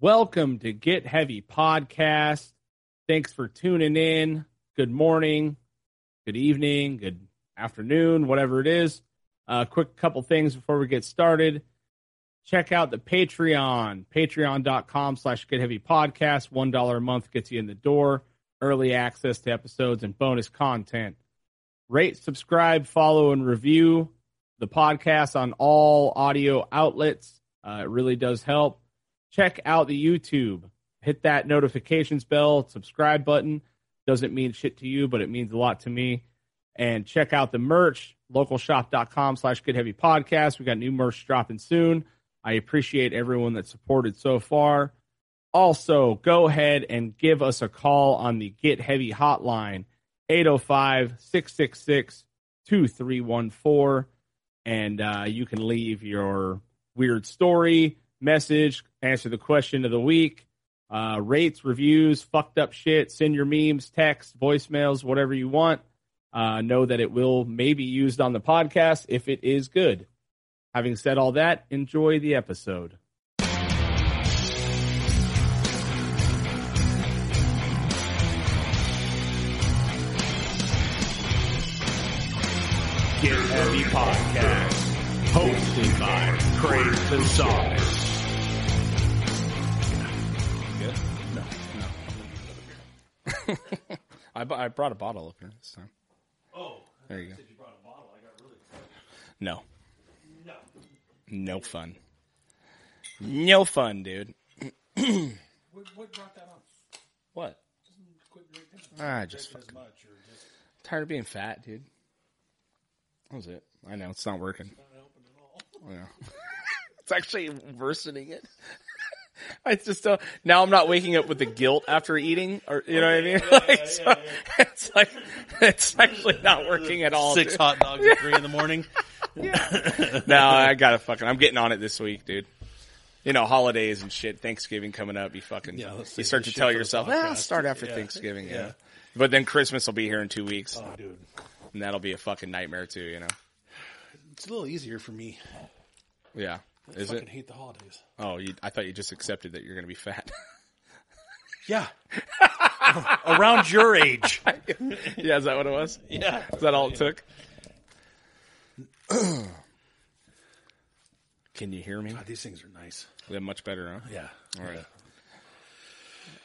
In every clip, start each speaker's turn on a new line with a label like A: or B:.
A: Welcome to Get Heavy Podcast. Thanks for tuning in. Good morning, good evening, good afternoon, whatever it is. A uh, quick couple things before we get started. Check out the Patreon, patreon.com slash Get Heavy Podcast. $1 a month gets you in the door, early access to episodes and bonus content. Rate, subscribe, follow, and review the podcast on all audio outlets. Uh, it really does help. Check out the YouTube. Hit that notifications bell, subscribe button. Doesn't mean shit to you, but it means a lot to me. And check out the merch, localshop.com slash good heavy podcast. We got new merch dropping soon. I appreciate everyone that supported so far. Also, go ahead and give us a call on the Get Heavy hotline, 805 666 2314 and uh, you can leave your weird story, message, answer the question of the week, uh, rates, reviews, fucked up shit, send your memes, text, voicemails, whatever you want. Uh, know that it will maybe used on the podcast if it is good. Having said all that, enjoy the episode. Get Heavy Podcast, hosted by Craig the Sonic.
B: No, no. I, bu- I brought a bottle opener this time. Oh, there you go. you brought a bottle. I got really no, no, no fun, no fun, dude.
C: What brought that up?
B: What?
C: Quit drinking
B: I just
C: as
B: fucking
C: much, or just
B: tired of being fat, dude. That was it. I know it's not working.
C: not helping at all.
B: Yeah. it's actually worsening it. I just don't. Now I'm not waking up with the guilt after eating, or you know what I mean. Like, so, It's like it's actually not working at all.
D: six
B: dude.
D: hot dogs at three in the morning.
B: no, I gotta fucking. I'm getting on it this week, dude. You know, holidays and shit. Thanksgiving coming up. You fucking.
D: Yeah, let's
B: you
D: save
B: start
D: this
B: to
D: shit
B: tell
D: for the
B: yourself, ah, I'll
D: podcast."
B: start after
D: Yeah.
B: Thanksgiving. Yeah.
D: Yeah.
B: But then Christmas will be here in two weeks,
D: Oh, dude,
B: and that'll be a fucking nightmare too. You know.
D: it's a little easier for me.
B: Yeah. Is
D: I
B: it?
D: fucking hate the holidays.
B: Oh, you, I thought you just accepted that you're gonna be fat.
D: Yeah, around your age.
B: yeah, is that what it was?
D: Yeah,
B: Is that all it took? Can you hear me?
D: these things are nice.
B: They're much better, huh?
D: Yeah.
B: All right.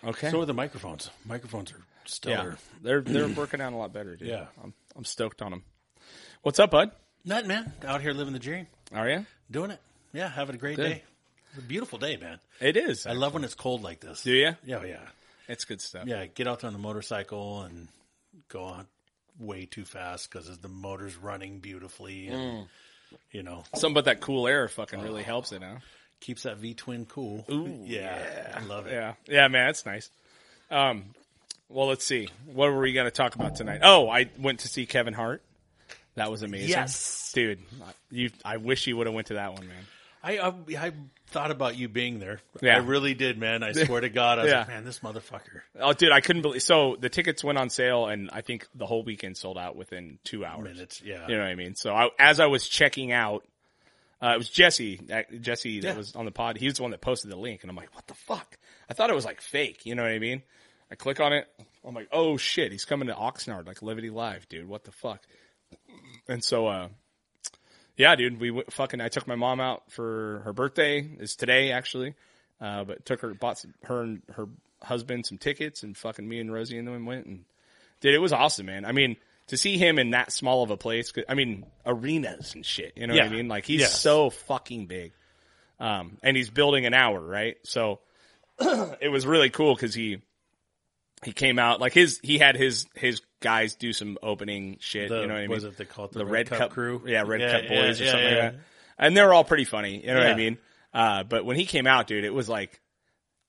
B: Okay.
D: So are the microphones. Microphones are
B: yeah,
D: stellar.
B: they're they're working out a lot better, dude.
D: Yeah.
B: I'm I'm stoked on them. What's up, bud?
D: Not man, out here living the dream,
B: Are you?
D: doing it. Yeah, having a great
B: Good.
D: day. It's a beautiful day, man.
B: It is.
D: I love when it's cold like this.
B: Do you?
D: Yeah, yeah,
B: It's good stuff.
D: yeah. Get out there on the motorcycle and go on way too fast because the motor's running beautifully. And, You know,
B: Something about that cool air fucking really helps it, huh?
D: keeps that V twin cool. yeah, I love it.
B: Yeah. Yeah, man, that's nice. Um, well, let's see. What were we going to talk about tonight? Oh, I went to see Kevin Hart. That was amazing.
D: Yes.
B: dude. You, I wish you would have went to that one, man.
D: I, I I thought about you being there.
B: Yeah.
D: I really did, man. I swear to God, I was
B: Yeah.
D: like, man, this motherfucker.
B: Oh, dude, I couldn't believe. So the tickets went on sale, and I think the whole weekend sold out within two hours.
D: Minutes, yeah.
B: You know what I mean? So I, as I was checking out, uh, it was Jesse, uh, Jesse that
D: Yeah.
B: was on the pod. He was the one that posted the link, and I'm like, what the fuck? I thought it was like fake. You know what I mean? I click on it. I'm like, oh shit, he's coming to Oxnard, like Levity Live, dude. What the fuck? And so, uh, yeah, dude, we went, fucking. I took my mom out for her birthday. Is today actually, uh, but took her, bought some, her and her husband some tickets, and fucking me and Rosie and them went and dude, it was awesome, man. I mean, to see him in that small of a place, 'cause- I mean, arenas and shit. You know what I
D: Yeah.
B: mean? Like he's
D: Yes.
B: so fucking big, um, and he's building an hour, right? So it was really cool because he he came out like his he had his his guys do some opening shit.
D: The-
B: you know what I mean?
D: was it they call it the
B: the
D: Red
B: Red,
D: Cup
B: Cup,
D: crew?
B: yeah, Red
D: Yeah,
B: Cup
D: yeah,
B: Boys or
D: yeah,
B: something
D: yeah.
B: like that, and they're all pretty funny. You know what I
D: Yeah.
B: mean? Uh, but when he came out, dude, it was like.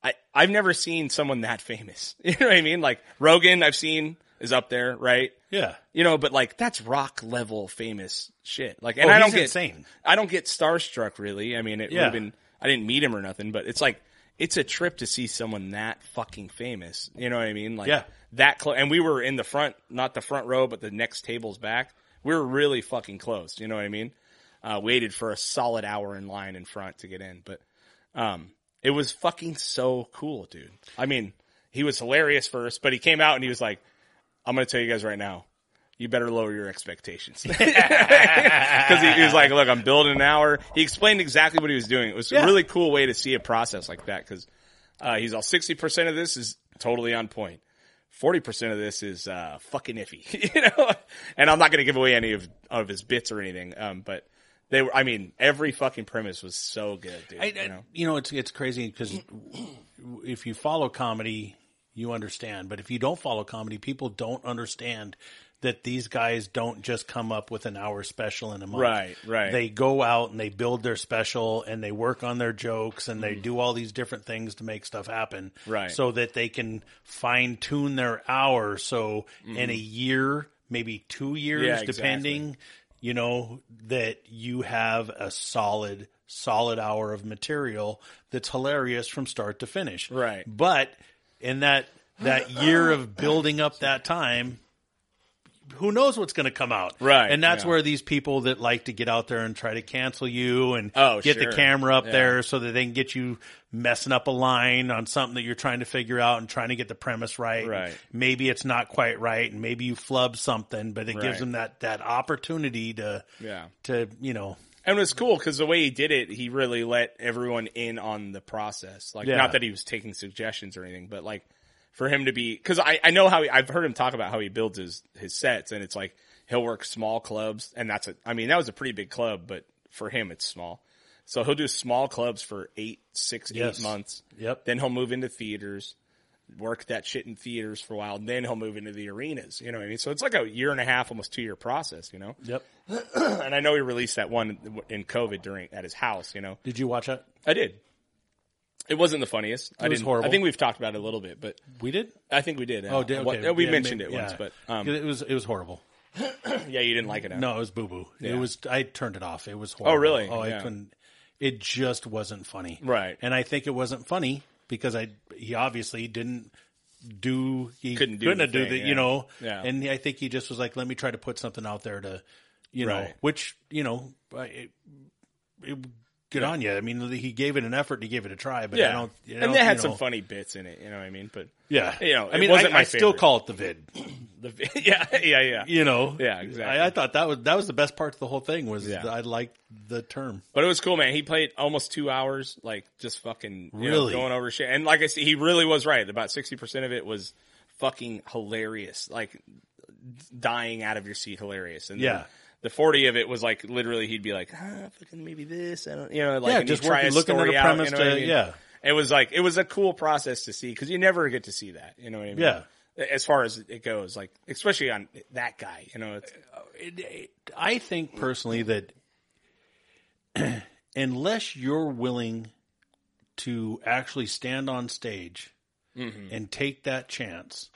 B: I, I've never seen someone that famous. You know what I mean? Like Rogan, I've seen is up there, right?
D: Yeah.
B: You know, but like that's rock level famous shit. Like, and
D: Oh,
B: I don't
D: he's
B: get
D: insane.
B: I don't get starstruck really. I mean, it
D: Yeah.
B: would've been I didn't meet him or nothing, but it's like it's a trip to see someone that fucking famous. You know what I mean? Like
D: Yeah.
B: that close. And we were in the front, not the front row, but the next tables back. We were really fucking close. You know what I mean? Uh, waited for a solid hour in line in front to get in, but um,
E: It was fucking so cool, dude. I mean, he was hilarious first, but he came out and he was like, I'm going to tell you guys right now, you better lower your expectations. Because he, he was like, look, I'm building an hour. He explained exactly what he was doing. It was a really cool way to see a process like that because uh, he's all 60% of this is totally on point. 40% of this is uh, fucking iffy, you know? And I'm not going to give away any of, of his bits or anything, um, but they were, I mean, every fucking premise was so good, dude.
D: I, I-
E: you know?
D: you know, it's it's crazy because if you follow comedy, you understand. But if you don't follow comedy, people don't understand that these guys don't just come up with an hour special in a month.
E: Right, right.
D: They go out and they build their special and they work on their jokes and they do all these different things to make stuff happen.
E: Mm-hmm. Right.
D: So that they can fine tune their hour. So in a year, maybe two years,
E: Mm-hmm. Yeah,
D: depending, you know, that you have a solid, solid hour of material that's hilarious from start to finish.
E: Right.
D: But in that that year of building up that time, who knows what's going to come out?
E: Right,
D: And that's
E: yeah.
D: where these people that like to get out there and try to cancel you and
E: Oh,
D: get
E: sure.
D: the camera up there so that they can get you messing up a line on something that you're trying to figure out and trying to get the premise right.
E: Right.
D: Maybe it's not quite right and maybe you flub something, but it
E: Right.
D: gives them that, that opportunity to,
E: Yeah.
D: to, you know,
E: And it was cool because the way he did it, he really let everyone in on the process. Like,
D: Yeah.
E: not that he was taking suggestions or anything, but like for him to be, cause I, I know how he, I've heard him talk about how he builds his, his sets and it's like he'll work small clubs and that's a, I mean, that was a pretty big club, but for him, it's small. So he'll do small clubs for eight, six, eight
D: Yes.
E: months.
D: Yep.
E: Then he'll move into theaters, work that shit in theaters for a while. And then he'll move into the arenas. You know what I mean? So it's like a year and a half, almost two year process, you know?
D: Yep.
E: and I know he released that one in COVID during at his house. You know,
D: Did you watch that?
E: I did. It wasn't the funniest. I
D: It was
E: didn't,
D: horrible.
E: I think we've talked about it a little bit, but
D: We did.
E: I think we did.
D: Oh, did,
E: What-
D: okay.
E: we
D: Yeah,
E: mentioned
D: maybe-
E: it once,
D: yeah.
E: but um,
D: it was, it was horrible.
E: yeah, you didn't like it. huh?
D: No, it was boo boo.
E: Yeah.
D: It was. I turned it off. It was horrible.
E: really?
D: Oh,
E: Yeah.
D: I couldn't. It just wasn't funny.
E: Right.
D: And I think it wasn't funny because I he obviously didn't do he couldn't
E: Couldn't do
D: do, not
E: anything,
D: do the
E: yeah.
D: you know
E: Yeah.
D: and I think he just was like let me try to put something out there to you know
E: Right.
D: which you know I- it, it, good on you I mean he gave it an effort to give it a try but
E: yeah,
D: I don't I don't,
E: and they had
D: you
E: some
D: know,
E: funny bits in it. You know what I mean? But
D: yeah
E: you know,
D: I
E: it
D: mean
E: wasn't
D: I,
E: my
D: I still
E: favorite.
D: call it the vid
E: the, yeah, yeah, yeah,
D: you know
E: Yeah, exactly.
D: I, I thought that was that was the best part of the whole thing was
E: Yeah.
D: that I liked the term
E: But it was cool, man. He played almost two hours, like just fucking you know,
D: Really?
E: going over shit. And like I said, he really was right. About sixty percent of it was fucking hilarious, like dying out of your seat, hilarious. And
D: Yeah.
E: the- the forty of it was like literally, he'd be like, ah, fucking maybe this, I don't, you know, like
D: Yeah,
E: and he'd
D: just
E: try
D: working-
E: a
D: looking at
E: story
D: a
E: out, you
D: premise
E: know what I
D: to-
E: mean?
D: yeah.
E: It was like it was a cool process to see because you never get to see that, you know what I mean?
D: Yeah.
E: As far as it goes, like especially on that guy, you know, it's,
D: I think personally that unless you're willing to actually stand on stage
E: Mm-hmm.
D: and take that chance,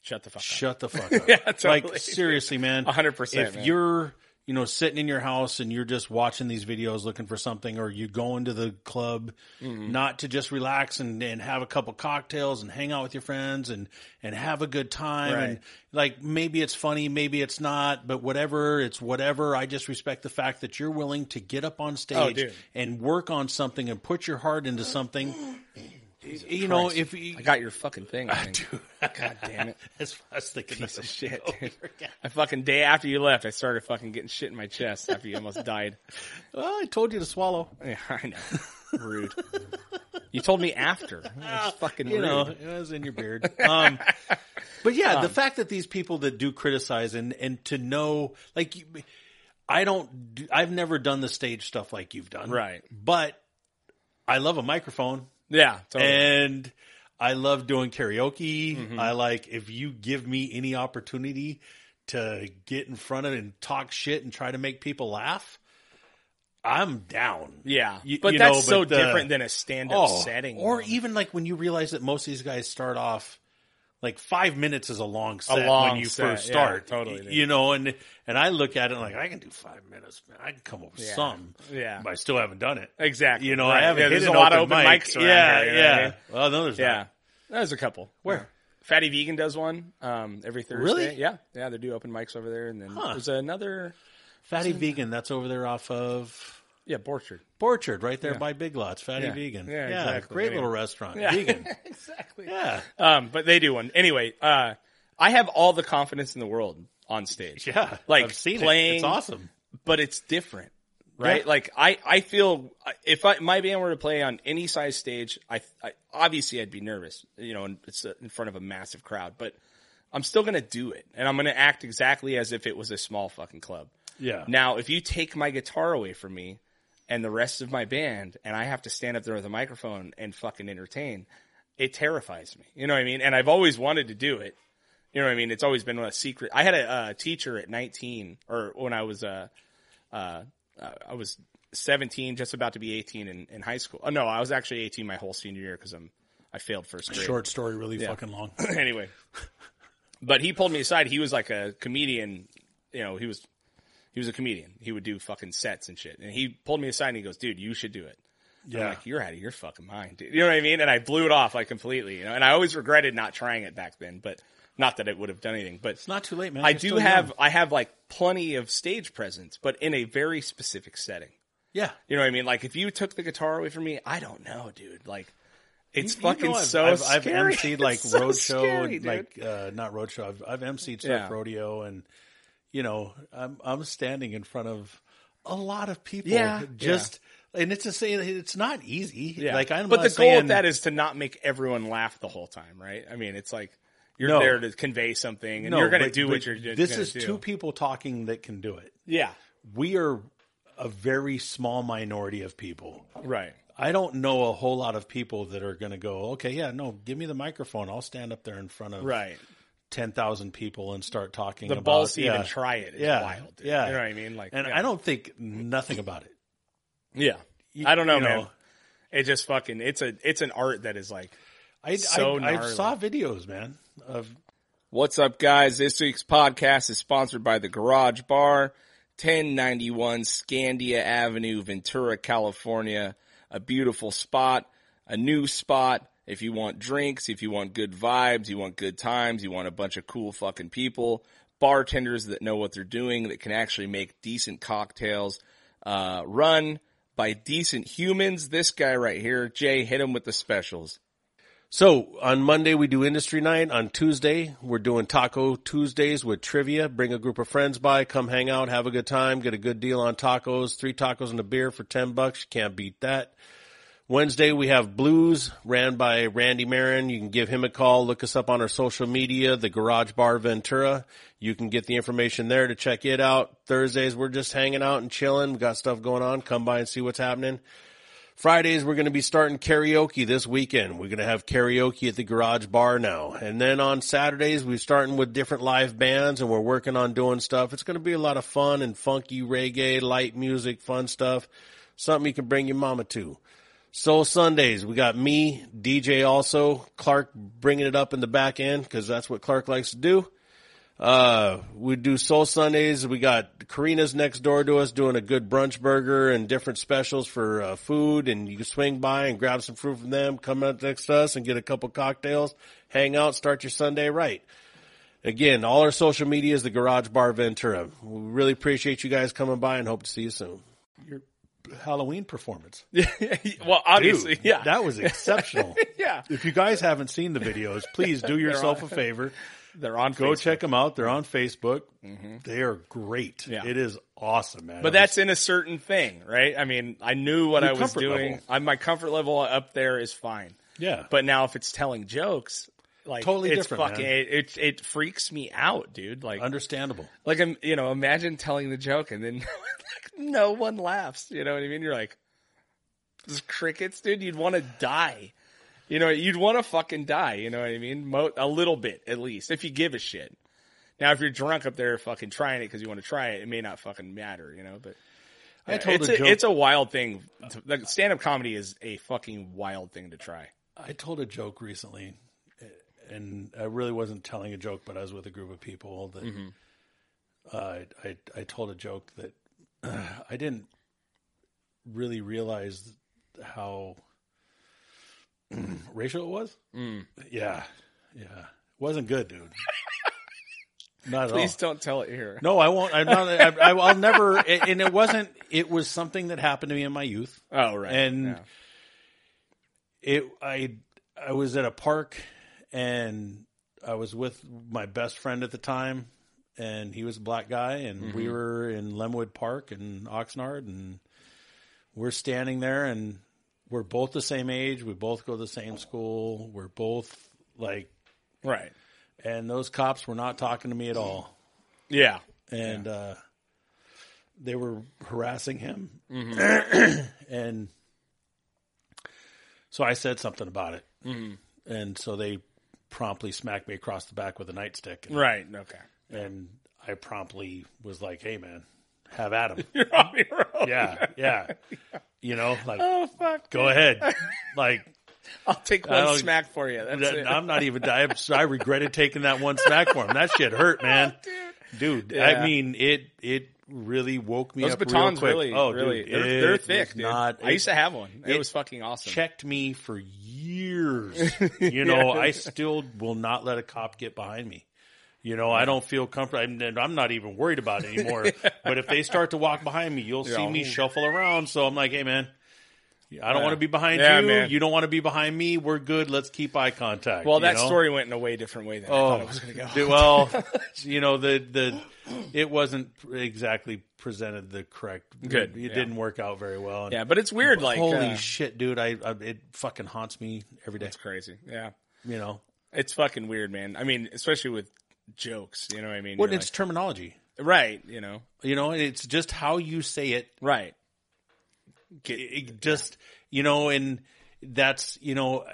E: shut the fuck up.
D: shut the fuck up.
E: totally.
D: Like seriously, man.
E: 100%,
D: If
E: man.
D: you're you know sitting in your house and you're just watching these videos looking for something or you go into the club
E: Mm-hmm.
D: not to just relax and, and have a couple cocktails and hang out with your friends and and have a good time
E: Right.
D: and like maybe it's funny maybe it's not but whatever it's whatever i just respect the fact that you're willing to get up on stage
E: Oh, dude.
D: and work on something and put your heart into something you know if you
E: I got your fucking thing, I think. God damn it.
D: that's what i was thinking
E: piece of shit, dude. I fucking day after you left, I started fucking getting shit in my chest after you almost died.
D: Well, I told you to swallow.
E: Yeah, I know. Rude. You told me after. That's fucking
D: You
E: rude.
D: know, it was in your beard. Um, but yeah, the fact that these people that do criticize and and to know, like, you- I don't, do, I've never done the stage stuff like you've done,
E: Right.
D: But I love a microphone
E: Yeah, totally.
D: and. I love doing karaoke. I like if you give me any opportunity to get in front of it and talk shit and try to make people laugh, I'm down.
E: yeah.
D: you-
E: but
D: you
E: that's
D: know,
E: so
D: but, uh,
E: different Oh, e- than a stand up setting.
D: Oh, Or
E: man.
D: even like when you realize that most of these guys start off like five minutes is a long set
E: long
D: when you
E: set,
D: first
E: yeah,
D: start.
E: totally,
D: y-
E: dude.
D: You know, and and I look at it and like I can do five minutes, man. I can come up with some.
E: Yeah.
D: But I still haven't done it.
E: Exactly.
D: You know,
E: Right.
D: I haven't
E: Yeah,
D: hit
E: there's
D: an
E: a lot of open
D: mic.
E: mics around
D: yeah,
E: here, you know what I
D: yeah.
E: mean?
D: Well, no, there's
E: yeah.
D: not.
E: There's a couple.
D: Where?
E: Fatty Vegan does one um, every Thursday.
D: Really?
E: Yeah. Yeah, they do open mics over there. And then there's another.
D: Fatty Vegan, that's over there off of
E: Yeah, Borchard.
D: Borchard right there
E: Yeah.
D: by Big Lots, Fatty
E: Yeah.
D: Vegan.
E: Yeah, exactly.
D: Great
E: Yeah.
D: little restaurant.
E: Yeah.
D: Vegan.
E: exactly.
D: Yeah.
E: Um, but they do one anyway. Uh, I have all the confidence in the world on stage.
D: Yeah.
E: Like,
D: I've seen it.
E: playing-
D: It's awesome.
E: but it's different, right?
D: Yeah.
E: Like I, I feel if I, my band were to play on any size stage, I, I obviously I'd be nervous, you know, and it's uh, in front of a massive crowd, but I'm still going to do it and I'm going to act exactly as if it was a small fucking club.
D: Yeah.
E: Now, if you take my guitar away from me and the rest of my band and I have to stand up there with a microphone and fucking entertain, it terrifies me. You know what I mean? And I've always wanted to do it. You know what I mean? It's always been a secret. I had a, uh teacher at 19 or when I was, uh, uh, uh, I was 17, just about to be 18 in, in high school. Oh, no, I was actually 18 my whole senior year because I'm, I failed first grade
D: Short story, really fucking long.
E: anyway, but he pulled me aside. He was like a comedian. You know, he was he was a comedian. He would do fucking sets and shit. And he pulled me aside and he goes, "Dude, you should do it." And
D: Yeah.
E: I'm like, "You're out of your fucking mind, dude." You know what I mean? And I blew it off like completely. You know, and I always regretted not trying it back then. But not that it would have done anything. But
D: It's not too late, man.
E: I
D: You're
E: do
D: still
E: have
D: young.
E: I have like plenty of stage presence, but in a very specific setting.
D: Yeah.
E: You know what I mean? Like if you took the guitar away from me, I don't know, dude. Like it's
D: You know,
E: fucking so
D: I've, I've
E: scary.
D: emceed
E: It's
D: like
E: so
D: roadshow,
E: scary,
D: and,
E: dude.
D: like uh, not roadshow. I've, I've emceed stuff
E: Yeah.
D: rodeo, and you know, I'm I'm standing in front of a lot of people.
E: Yeah.
D: just and it's a saying it's not easy.
E: Yeah.
D: like I'm.
E: but
D: not
E: the
D: saying,
E: goal of that is to not make everyone laugh the whole time, right? I mean, it's like you're
D: No.
E: there to convey something, and
D: no,
E: you're going to
D: but-
E: do
D: but
E: what you're doing.
D: This is
E: do.
D: two people talking that can do it.
E: Yeah,
D: We are a very small minority of people.
E: right.
D: I don't know a whole lot of people that are going to go, okay, yeah, no, give me the microphone. I'll stand up there in front of
E: Right.
D: ten thousand people and start talking.
E: The
D: about,
E: balls to
D: yeah.
E: even try it is
D: Yeah.
E: wild. Dude.
D: Yeah.
E: You know what I mean? Like,
D: and
E: yeah.
D: I don't think nothing about it.
E: Yeah, I don't know,
D: you
E: man.
D: know.
E: It just fucking it's a it's an art that is like
D: I
E: So
D: I, I
E: gnarly.
D: saw videos, man. Of
E: What's up, guys? This week's podcast is sponsored by The Garage Bar, 1091 Scandia Avenue, Ventura, California. A beautiful spot, a new spot. If you want drinks, if you want good vibes, you want good times, you want a bunch of cool fucking people, bartenders that know what they're doing, that can actually make decent cocktails, uh, run by decent humans. This guy right here, Jay, hit him with the specials.
D: so on Monday we do industry night. On Tuesday we're doing Taco Tuesdays with trivia. Bring a group of friends by, come hang out, have a good time, get a good deal on tacos. Three tacos and a beer for ten bucks. You can't beat that. Wednesday we have Blues, ran by Randy Marin. You can give him a call. Look us up on our social media, the Garage Bar Ventura. You can get the information there to check it out. Thursdays we're just hanging out and chilling. We got stuff going on. Come by and see what's happening. Fridays we're going to be starting karaoke this weekend. We're going to have karaoke at the Garage Bar now, and then on Saturdays we're starting with different live bands and we're working on doing stuff. It's going to be a lot of fun and funky reggae, light music, fun stuff. Something you can bring your mama to. Soul Sundays, we got me, DJ also, Clark bringing it up in the back end because that's what Clark likes to do. Uh, we do Soul Sundays. We got Karina's next door to us doing a good brunch burger and different specials for uh, food. And you can swing by and grab some fruit from them, come up next to us and get a couple cocktails, hang out, start your Sunday right. Again, all our social media is the Garage Bar Ventura. We really appreciate you guys coming by and hope to see you soon. Your Halloween performance.
E: well, obviously, yeah.
D: That was exceptional.
E: yeah.
D: If you guys haven't seen the videos, please do yourself a favor.
E: They're on
D: Go
E: Facebook.
D: check them out. They're on Facebook. They are great.
E: Yeah.
D: It is awesome, man.
E: But that's in a certain thing, right? I mean, I knew what
D: Your
E: I was
D: comfort
E: doing.
D: level.
E: I, my comfort level up there is fine.
D: yeah.
E: But now if it's telling jokes, like
D: Totally
E: it's
D: different,
E: fucking
D: man.
E: it, it it freaks me out, dude. Like
D: understandable.
E: like I'm you know, imagine telling the joke and then like no one laughs. You know what I mean? You're like just crickets, dude, you'd want to die. You know, you'd want to fucking die, you know what I mean? Mo- a little bit at least if you give a shit. Now if you're drunk up there fucking trying it cuz you want to try it, it may not fucking matter, you know, but
D: I told
E: it's
D: a, joke.
E: it's a wild thing. to- Like stand up comedy is a fucking wild thing to try.
D: I told a joke recently, and I really wasn't telling a joke, but I was with a group of people that uh, I, I I told a joke that uh, I didn't really realize how racial it was. Yeah, yeah, it wasn't good, dude. Not at
E: Please
D: all.
E: don't tell it here.
D: No, I won't. I'm not. I, I, I'll never. And it wasn't. It was something that happened to me in my youth.
E: Oh right.
D: And
E: Yeah.
D: it i i was at a park and i was with my best friend at the time and he was a black guy and
E: Mm-hmm.
D: we were in lemwood park in oxnard and we're standing there and we're both the same age we both go to the same school we're both like
E: right.
D: and those cops were not talking to me at all
E: Yeah.
D: and uh they were harassing him
E: Mm-hmm.
D: and so I said something about it,
E: Mm-hmm.
D: and so they promptly smacked me across the back with a nightstick, and,
E: Right. Okay.
D: and I promptly was like, "Hey, man, have at him."
E: You're on your own.
D: yeah, yeah, you know, like
E: Oh fuck.
D: go ahead, like
E: I'll take
D: I
E: one
D: don't-
E: smack for you. That's
D: that-
E: it.
D: I'm not even. I, I regretted taking that one smack for him. That shit hurt, man, dude.
E: Oh, Yeah.
D: I mean, it it really woke me
E: Those
D: up.
E: batons
D: real quick.
E: really,
D: oh, dude,
E: really, they're,
D: it
E: they're
D: was
E: thick, dude.
D: Not,
E: I used to have one. It,
D: it-
E: was fucking awesome.
D: checked me for years. You know, I still will not let a cop get behind me. You know, I don't feel comfortable. I'm, I'm not even worried about it anymore. But if they start to walk behind me, you'll see
E: Yeah.
D: me shuffle around. So I'm like, hey, man, I don't want to be behind
E: Yeah,
D: you.
E: man.
D: You don't want to be behind me. We're good. Let's keep eye contact.
E: well,
D: you
E: that
D: know?
E: story went in a way different way than I thought it was going to go.
D: dude, Oh. well, you know the the it wasn't exactly presented the correct.
E: Good,
D: It,
E: yeah.
D: didn't work out very well. And
E: Yeah, but it's weird. Like,
D: holy
E: uh,
D: shit, dude! I, I it fucking haunts me every day.
E: it's crazy. Yeah,
D: You know,
E: it's fucking weird, man. I mean, especially with jokes. You know what I mean?
D: well,
E: You're
D: it's terminology.
E: like, right. You know,
D: You know, it's just how you say it.
E: right.
D: It- it just you know, and that's you know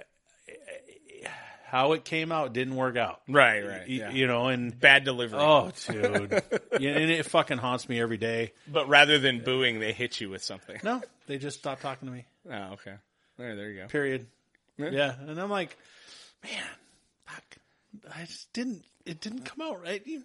D: how it came out didn't work out.
E: Right, right,
D: You,
E: yeah.
D: you know, and
E: Bad delivery.
D: oh, dude, Yeah, and it fucking haunts me every day.
E: But rather than booing, they hit you with something.
D: No, they just stopped talking to me.
E: Oh, okay. There, there you go.
D: Period.
E: Yeah.
D: Yeah, and I'm like, man, fuck. I just didn't. It didn't come out right. You-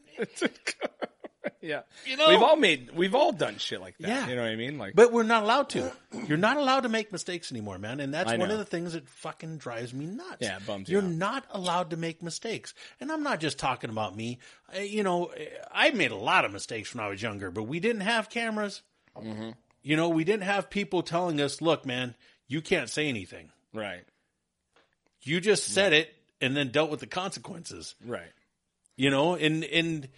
E: yeah,
D: You know-
E: we've all made, we've all done shit like that.
D: Yeah.
E: You know what I mean? Like,
D: But we're not allowed to. You're not allowed to make mistakes anymore, man. And that's
E: I
D: one
E: know.
D: of the things that fucking drives me nuts.
E: Yeah, it bums you
D: You're
E: out.
D: not allowed to make mistakes. And I'm not just talking about me. I, you know, I made a lot of mistakes when I was younger, but we didn't have cameras. Mm-hmm. You know, we didn't have people telling us, look, man, you can't say anything.
E: right,
D: You just said it and then dealt with the consequences
E: right,
D: you know and and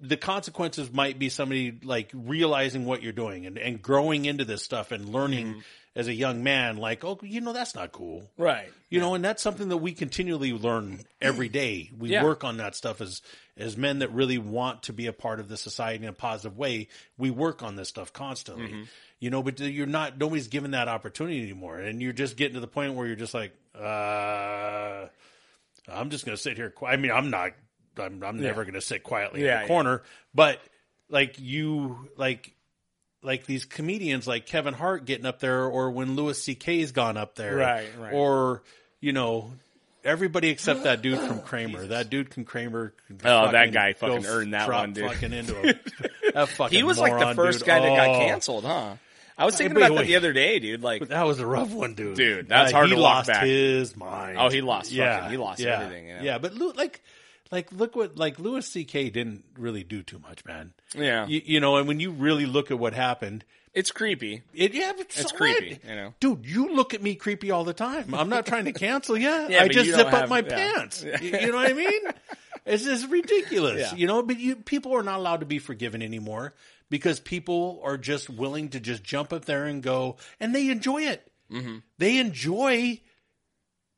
D: the consequences might be somebody like realizing what you're doing and, and growing into this stuff and learning as a young man like oh you know that's not cool
E: right.
D: you know and that's something that we continually learn every day we
E: Yeah.
D: work on that stuff as as men that really want to be a part of the society in a positive way we work on this stuff constantly
E: Mm-hmm.
D: you know but you're not nobody's given that opportunity anymore and you're just getting to the point where you're just like uh i'm just gonna sit here qui- i mean i'm not i'm, I'm never gonna sit quietly
E: Yeah,
D: in
E: yeah.
D: the corner but like you like like these comedians like Kevin Hart getting up there or when Louis CK's gone up there.
E: Right, right.
D: Or, you know, everybody except that dude from Kramer. that dude from Kramer. can
E: Oh, that
D: fucking
E: guy
D: go
E: fucking earned that
D: drop
E: one, dude.
D: Fucking into him. that fucking
E: He was like the
D: moron,
E: first
D: dude.
E: guy that got
D: Oh,
E: canceled, huh? I was thinking
D: Wait,
E: about that
D: wait.
E: the other day, dude. Like,
D: That was a rough one, dude. Uh,
E: Dude, that's hard
D: he
E: to walk
D: lost
E: back.
D: his mind.
E: Oh, he lost fucking- he lost everything, yeah.
D: Yeah, but Lou, like, like look what like Louis C.K. didn't really do too much, man.
E: yeah,
D: You, you know, and when you really look at what happened,
E: it's creepy.
D: It, yeah, but so
E: It's
D: what?
E: creepy, you know?
D: dude. You look at me creepy all the time. I'm not trying to cancel you.
E: Yeah,
D: I
E: but
D: just
E: you
D: zip
E: don't
D: up
E: have-
D: my
E: yeah.
D: pants. You, you know what I mean? It's just ridiculous,
E: Yeah.
D: you know. But you, people are not allowed to be forgiven anymore because people are just willing to just jump up there and go, and they enjoy it.
E: Mm-hmm.
D: They enjoy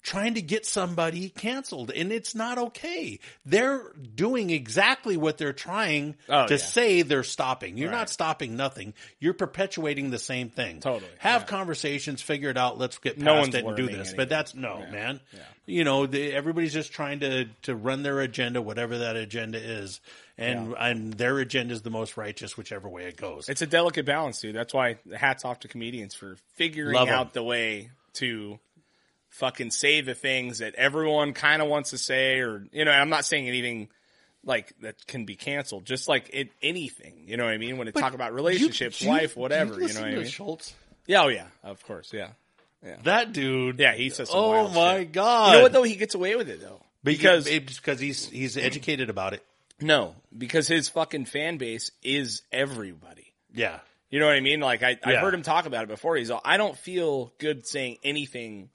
D: trying to get somebody canceled and it's not okay. They're doing exactly what they're trying
E: Oh,
D: to
E: yeah.
D: say they're stopping. You're
E: Right.
D: not stopping nothing. You're perpetuating the same thing.
E: Totally,
D: Have
E: yeah.
D: conversations, figure it out. Let's get past
E: No one's
D: it and do
E: learning
D: this.
E: anything.
D: But that's no, man. You know, the, everybody's just trying to to run their agenda whatever that agenda is. And and their agenda is the most righteous whichever way it goes.
E: It's a delicate balance, dude. That's why hats off to comedians for figuring
D: Love 'em.
E: out the way to fucking say the things that everyone kind of wants to say, or you know. And I'm not saying anything like that can be canceled. Just like it, anything, you know what I mean? When they talk about relationships, life, whatever, you, know what I mean?
D: Schultz?
E: yeah, oh yeah, of course, yeah,
D: That dude.
E: yeah. He says, some
D: Oh
E: wild
D: my
E: shit.
D: god.
E: You know what though? He gets away with it though
D: But
E: because Mm.
D: because he's he's educated about it.
E: No, because his fucking fan base is everybody.
D: Yeah.
E: You know what I mean? Like I, I
D: Yeah.
E: heard him talk about it before. He's all, I don't feel good saying anything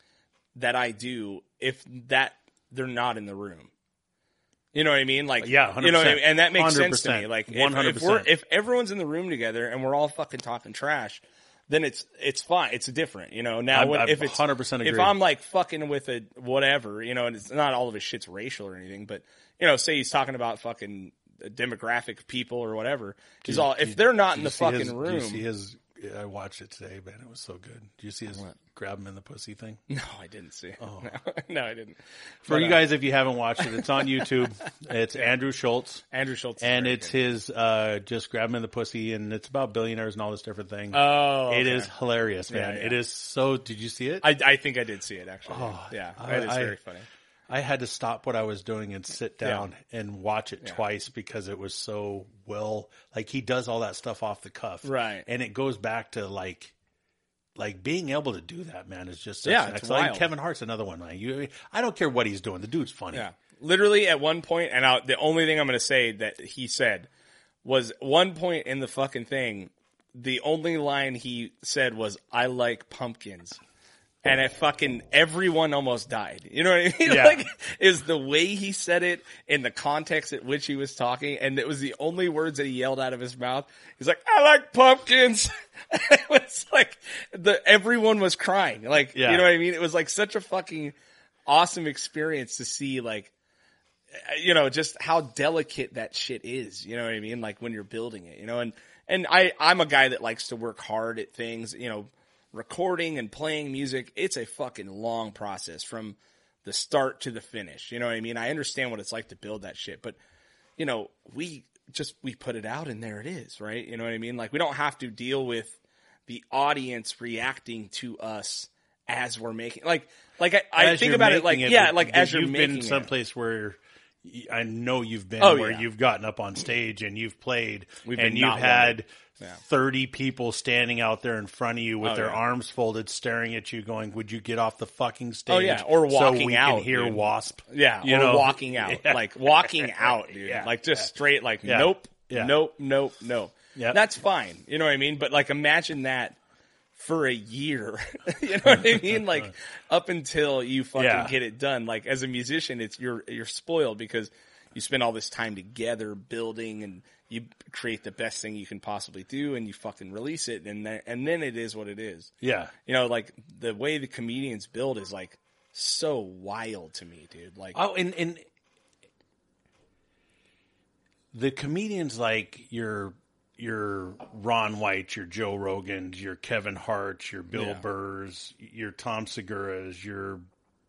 E: that I do if that they're not in the room. You know what I mean? Like
D: Yeah,
E: you know, what I mean?
D: 100%.
E: and that makes sense to me.
D: 100%.
E: Like if, if we're
D: 100%.
E: if everyone's in the room together and we're all fucking talking trash, then it's it's fine. It's different. You know now
D: I'm-
E: when,
D: I'm
E: if it's
D: 100%
E: if
D: agree.
E: I'm like fucking with a whatever, you know, and it's not all of his shit's racial or anything, but you know, say he's talking about fucking demographic of people or whatever. He's all if they're not in the
D: See
E: fucking
D: his-
E: room.
D: Do you see his? I watched it today, man. It was so good. Do you see his grab him in the pussy thing?
E: No, I didn't see. it.
D: Oh.
E: No, no, I didn't.
D: For
E: But,
D: you
E: uh,
D: guys, if you haven't watched it, it's on YouTube. it's Andrew Schultz,
E: Andrew Schultz, is
D: and
E: very
D: it's
E: good.
D: his uh, just grab him in the pussy, and it's about billionaires and all this different thing.
E: oh,
D: It
E: okay.
D: is hilarious, man.
E: Yeah, yeah.
D: It is so. Did you see it?
E: I, I think I did see it actually.
D: Oh,
E: yeah,
D: I-
E: it is
D: I-
E: very funny.
D: I had to stop what I was doing and sit down and watch it twice because it was so well like he does all that stuff off the cuff.
E: Right.
D: And it goes back to like like being able to do that, man, is just
E: Yeah,
D: such-
E: it's
D: like
E: wild.
D: Kevin Hart's another one. Like you I don't care what he's doing. The dude's funny.
E: Yeah, literally at one point, and I, the only thing I'm going to say that he said was one point in the fucking thing. The only line he said was, "I like pumpkins." And it fucking everyone almost died. You know what I mean?
D: Yeah.
E: Like, is the way he said it in the context at which he was talking, and it was the only words that he yelled out of his mouth. He's like, "I like pumpkins." it was like the everyone was crying. Like,
D: Yeah.
E: you know what I mean? It was like such a fucking awesome experience to see like you know just how delicate that shit is you know what i mean like when you're building it you know and and i i'm a guy that likes to work hard at things you know recording and playing music it's a fucking long process from the start to the finish you know what i mean i understand what it's like to build that shit but you know we just we put it out and there it is right you know what i mean like we don't have to deal with the audience reacting to us as we're making like like i, I
D: As
E: think
D: you're
E: about it like
D: making
E: yeah
D: but-
E: like
D: but
E: as you're
D: you've
E: making
D: been
E: it.
D: someplace where y- I know you've been
E: Oh,
D: where
E: yeah.
D: you've gotten up on stage and you've played
E: We've been
D: and you've
E: not
D: had 30 people standing out there in front of you with
E: Oh,
D: their
E: yeah.
D: arms folded staring at you going would you get off the fucking stage
E: Oh, yeah, or
D: so
E: walking
D: we
E: out,
D: can hear
E: dude.
D: wasp
E: Yeah,
D: You
E: or
D: know?
E: walking out,
D: Yeah.
E: like walking out, dude.
D: Yeah.
E: Like just straight, like
D: Yeah.
E: nope,
D: Yeah.
E: nope, nope, nope.
D: Yep.
E: that's fine. You know what I mean? But like, imagine that for a year. you know what I mean? Like up until you fucking
D: Yeah.
E: get it done. Like as a musician, it's you're you're spoiled because you spend all this time together building and you create the best thing you can possibly do and you fucking release it and then, and then it is what it is
D: yeah
E: you know, like the way the comedians build is like so wild to me, dude. Like,
D: Oh, and and the comedians like your your Ron White, your Joe Rogans, your Kevin Hart, your Bill
E: Yeah.
D: Burrs, your Tom Segura's, your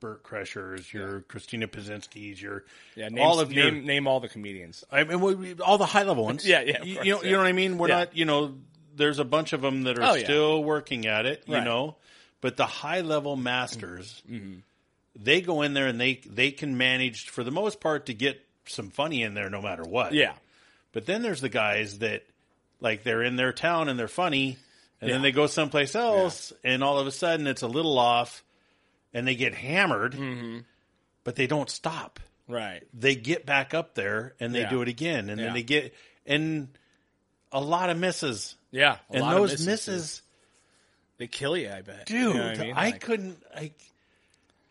D: Burt Creshers, your Christina Pazinski's, your
E: yeah, name,
D: all of your
E: name, name all the comedians.
D: I mean, we- we- all the high level ones.
E: Yeah, yeah, of
D: You,
E: course,
D: you know,
E: yeah.
D: you know what I mean. We're
E: Yeah.
D: not, you know, there's a bunch of them that are
E: Oh, yeah.
D: still working at it. You
E: Right. Mm-hmm.
D: know, but the high level masters, they go in there and they they can manage for the most part to get some funny in there, no matter what.
E: Yeah,
D: But then there's the guys that like they're in their town and they're funny, and
E: Yeah.
D: then they go someplace else, and all of a sudden it's a little off, and they get hammered,
E: Mm-hmm.
D: but they don't stop
E: right.
D: they get back up there and they
E: Yeah.
D: do it again and
E: Yeah.
D: then they get and a lot of misses
E: Yeah, a
D: and
E: lot of
D: those
E: misses,
D: misses,
E: dude. they kill you. I bet,
D: dude
E: You know what
D: I,
E: mean? Like-
D: couldn't i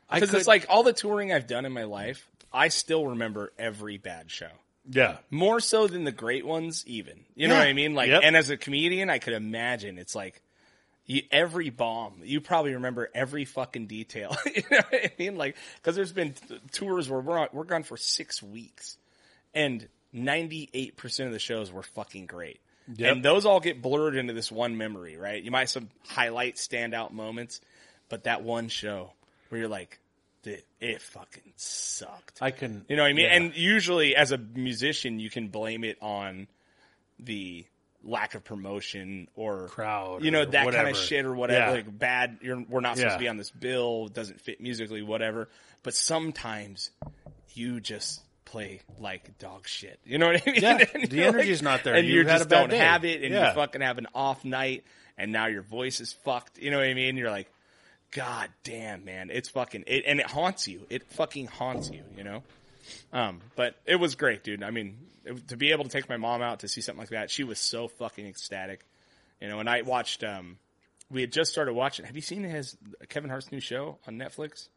D: i
E: Because
D: could
E: it's like all the touring I've done in my life, I still remember every bad show.
D: yeah
E: More so than the great ones, even. You know
D: Yeah.
E: what I mean? Like,
D: Yep.
E: and as a comedian, I could imagine it's like you, every bomb, you probably remember every fucking detail. you know what I mean? Like, because there's been t- tours where we're, on, we're gone for six weeks and 98% of the shows were fucking great. And those all get blurred into this one memory, right? You might have some highlight standout moments, but that one show where you're like, "Th- it fucking sucked.
D: i couldn't
E: You know what I mean?
D: yeah.
E: And usually, as a musician, you can blame it on the lack of promotion or
D: Crowd
E: you know
D: or
E: that kind
D: whatever.
E: of shit or whatever.
D: Yeah.
E: Like bad, you're, we're not supposed
D: Yeah.
E: to be on this bill. Doesn't fit musically, whatever. But sometimes you just play like dog shit. You know what I mean?
D: Yeah.
E: And
D: The
E: you're
D: energy's not there.
E: and
D: You
E: you
D: had
E: just
D: a bad
E: don't
D: day.
E: have it, and
D: Yeah.
E: you fucking have an off night, and now your voice is fucked. You know what I mean? You're like. God damn, man. It's fucking, it, and it haunts you. It fucking haunts you, you know? Um, but it was great, dude. I mean, it, to be able to take my mom out to see something like that, she was so fucking ecstatic. You know, and I watched. Um, we had just started watching. Have you seen his Kevin Hart's new show on Netflix?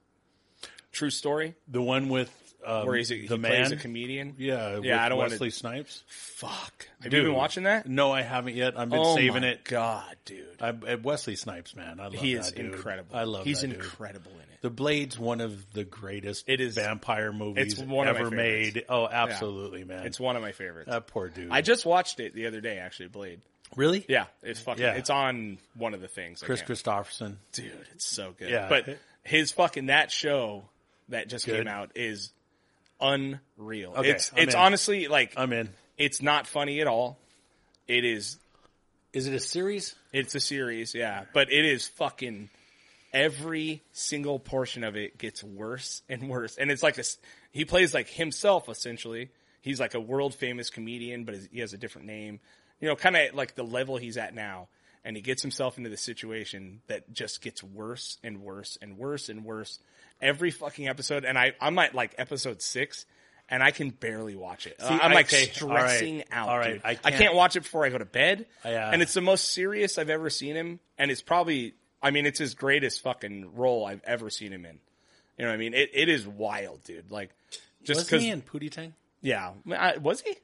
E: True story,
D: The one with um,
E: where he's a,
D: the
E: he
D: man.
E: plays a comedian.
D: yeah,
E: yeah.
D: with
E: I don't want
D: Wesley
E: to.
D: Snipes.
E: Fuck. Have you been
D: Dude.
E: watching that?
D: No, I haven't yet. I've been
E: Oh
D: saving
E: my
D: it.
E: God, dude.
D: I, I- Wesley Snipes, man, I love
E: He
D: that
E: is
D: dude.
E: incredible.
D: I love.
E: He's
D: that dude.
E: incredible in it.
D: The Blade's one of the greatest
E: It is-
D: vampire movies
E: it's one of my
D: ever
E: favorites.
D: made. Oh, absolutely, man.
E: It's one of my favorites.
D: that poor dude.
E: I just watched it the other day, actually. Blade.
D: really,
E: Yeah, it's fucking.
D: Yeah.
E: It's on one of the things. I
D: Chris
E: can't-
D: Christopherson.
E: dude, it's so good.
D: Yeah.
E: but his fucking that show that just
D: Good.
E: came out is unreal.
D: Okay,
E: it's
D: I'm
E: it's
D: in.
E: honestly like
D: I'm in.
E: it's not funny at all. It is.
D: Is it a series?
E: It's a series, yeah, but it is fucking. Every single portion of it gets worse and worse, and it's like a, s- he plays like himself essentially. He's like a world famous comedian, but he has a different name. You know, kind of like the level he's at now, and he gets himself into the situation that just gets worse and worse and worse and worse every fucking episode. And I, I'm at like episode six, and I can barely watch it. I'm
D: I-
E: like
D: okay, all right,
E: stressing out.
D: all right,
E: dude.
D: I
E: I
D: can't-
E: can't watch it before I go to bed.
D: Yeah.
E: And it's the most serious I've ever seen him. And it's probably, I mean, it's his greatest fucking role I've ever seen him in. You know what I mean? It, it is wild, dude. Like, just
D: Was
E: because,
D: he in Pootie Tang?
E: yeah. I, was he?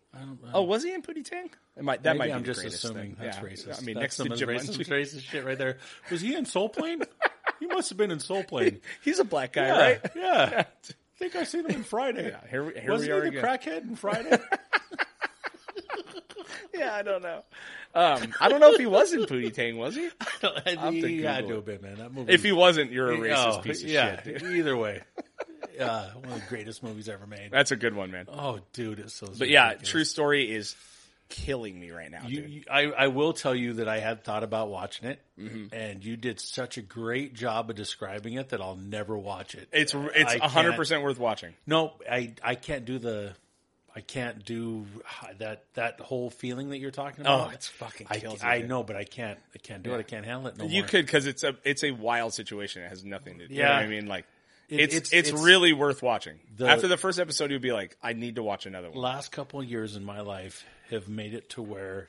E: Oh, was he in Pootie Tang? It might, that
D: Maybe
E: might be
D: I'm
E: the
D: just
E: greatest
D: assuming
E: thing.
D: that's
E: Yeah.
D: racist.
E: I mean,
D: that's
E: next to
D: some racist,
E: Jumanji.
D: racist shit right there. Was he in Soul Plane? he must have been in Soul Plane.
E: He's a black guy,
D: Yeah,
E: right?
D: yeah. I think I seen him in Friday.
E: Yeah, here we- here
D: Wasn't
E: we are
D: he the
E: again.
D: crackhead in Friday?
E: Yeah, I don't know. Um, I don't know if he was in Pootie Tang, was he?
D: I'm
E: to
D: yeah, I
E: Google
D: do a bit, man. That movie.
E: If he wasn't, you're a
D: Oh,
E: racist piece of
D: yeah,
E: shit. dude.
D: Either way, yeah, one of the greatest movies ever made.
E: That's a good one, man.
D: Oh, dude, it's so.
E: But yeah, True Story is killing me right now,
D: You,
E: dude.
D: you- I, I will tell you that I had thought about watching it,
E: Mm-hmm.
D: and you did such a great job of describing it that I'll never watch it.
E: It's it's
D: I can't-
E: hundred percent worth watching.
D: No, I I can't do the I can't do that that whole feeling that you're talking about.
E: Oh, fucking
D: Oh, I, I know, but I can't I can't do it. I can't handle it no
E: you
D: more.
E: could because it's a it's a wild situation. It has nothing to. do. You know
D: Yeah.
E: what I mean, like
D: It-
E: it's, it's
D: it's- it's-
E: really worth watching.
D: The-
E: After the first episode, you'll be like, I need to watch another one.
D: last couple of years in my life have made it to where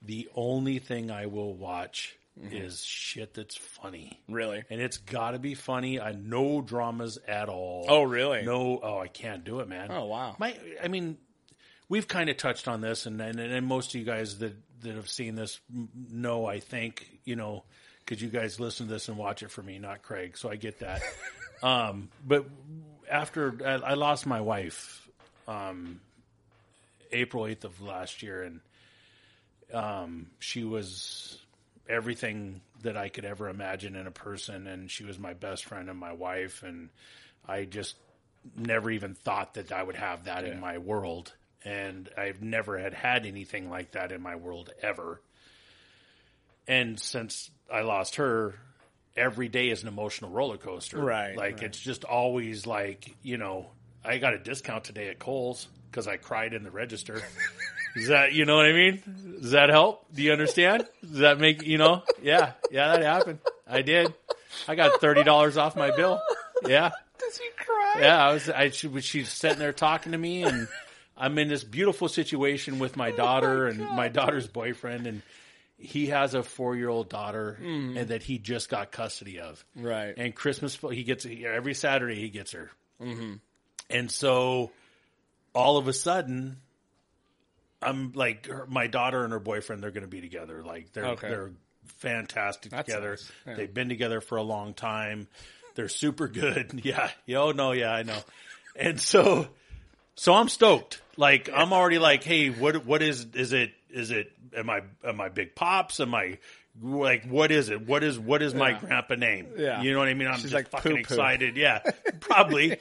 D: the only thing I will watch is shit that's funny.
E: Mm-hmm. Really?
D: And it's got to be funny. I no dramas at all.
E: Oh, really?
D: No, oh, I can't do it, man.
E: Oh, wow.
D: My, I mean, we've kind of touched on this, and, and and most of you guys that that have seen this m- know, I think, you know, because you guys listen to this and watch it for me, not Craig. So I get that. um, but after I, I lost my wife, um, April eighth of last year, and um, she was everything that I could ever imagine in a person, and she was my best friend and my wife, and I just never even thought that I would have that in my world, and I've never had had anything like that in my world ever. And since I lost her, every day is an emotional roller coaster.
E: Right,
D: Like it's just always like you know I got a discount today at Kohl's because I cried in the register. Is that you know what I mean? Does that help? Do you understand? Does that make you know? Yeah, yeah, that happened. I did. I got thirty dollars off my bill. Yeah,
E: Does he cry?
D: yeah. I was. I she, was- she's sitting there talking to me, and I'm in this beautiful situation with
E: Oh
D: my daughter and my daughter's boyfriend, and he has a four year old daughter,
E: Hmm.
D: and that he just got custody of.
E: Right.
D: And Christmas, he gets every Saturday he gets her, mm-hmm. and so all of a sudden, I'm like her, my daughter and her boyfriend. They're going to be together. Like they're
E: Okay.
D: they're fantastic together.
E: nice. Yeah.
D: They've been together for a long time. They're super good. Yeah. Yeah, Oh no. Yeah, I know. And so, so I'm stoked. Like I'm already like, hey, what what is is it is it am I am I big pops? Am I like what is it? What is what is my grandpa name?
E: Yeah.
D: You know what I mean? I'm just
E: like,
D: like fucking
E: poo-poo.
D: excited. Yeah, probably.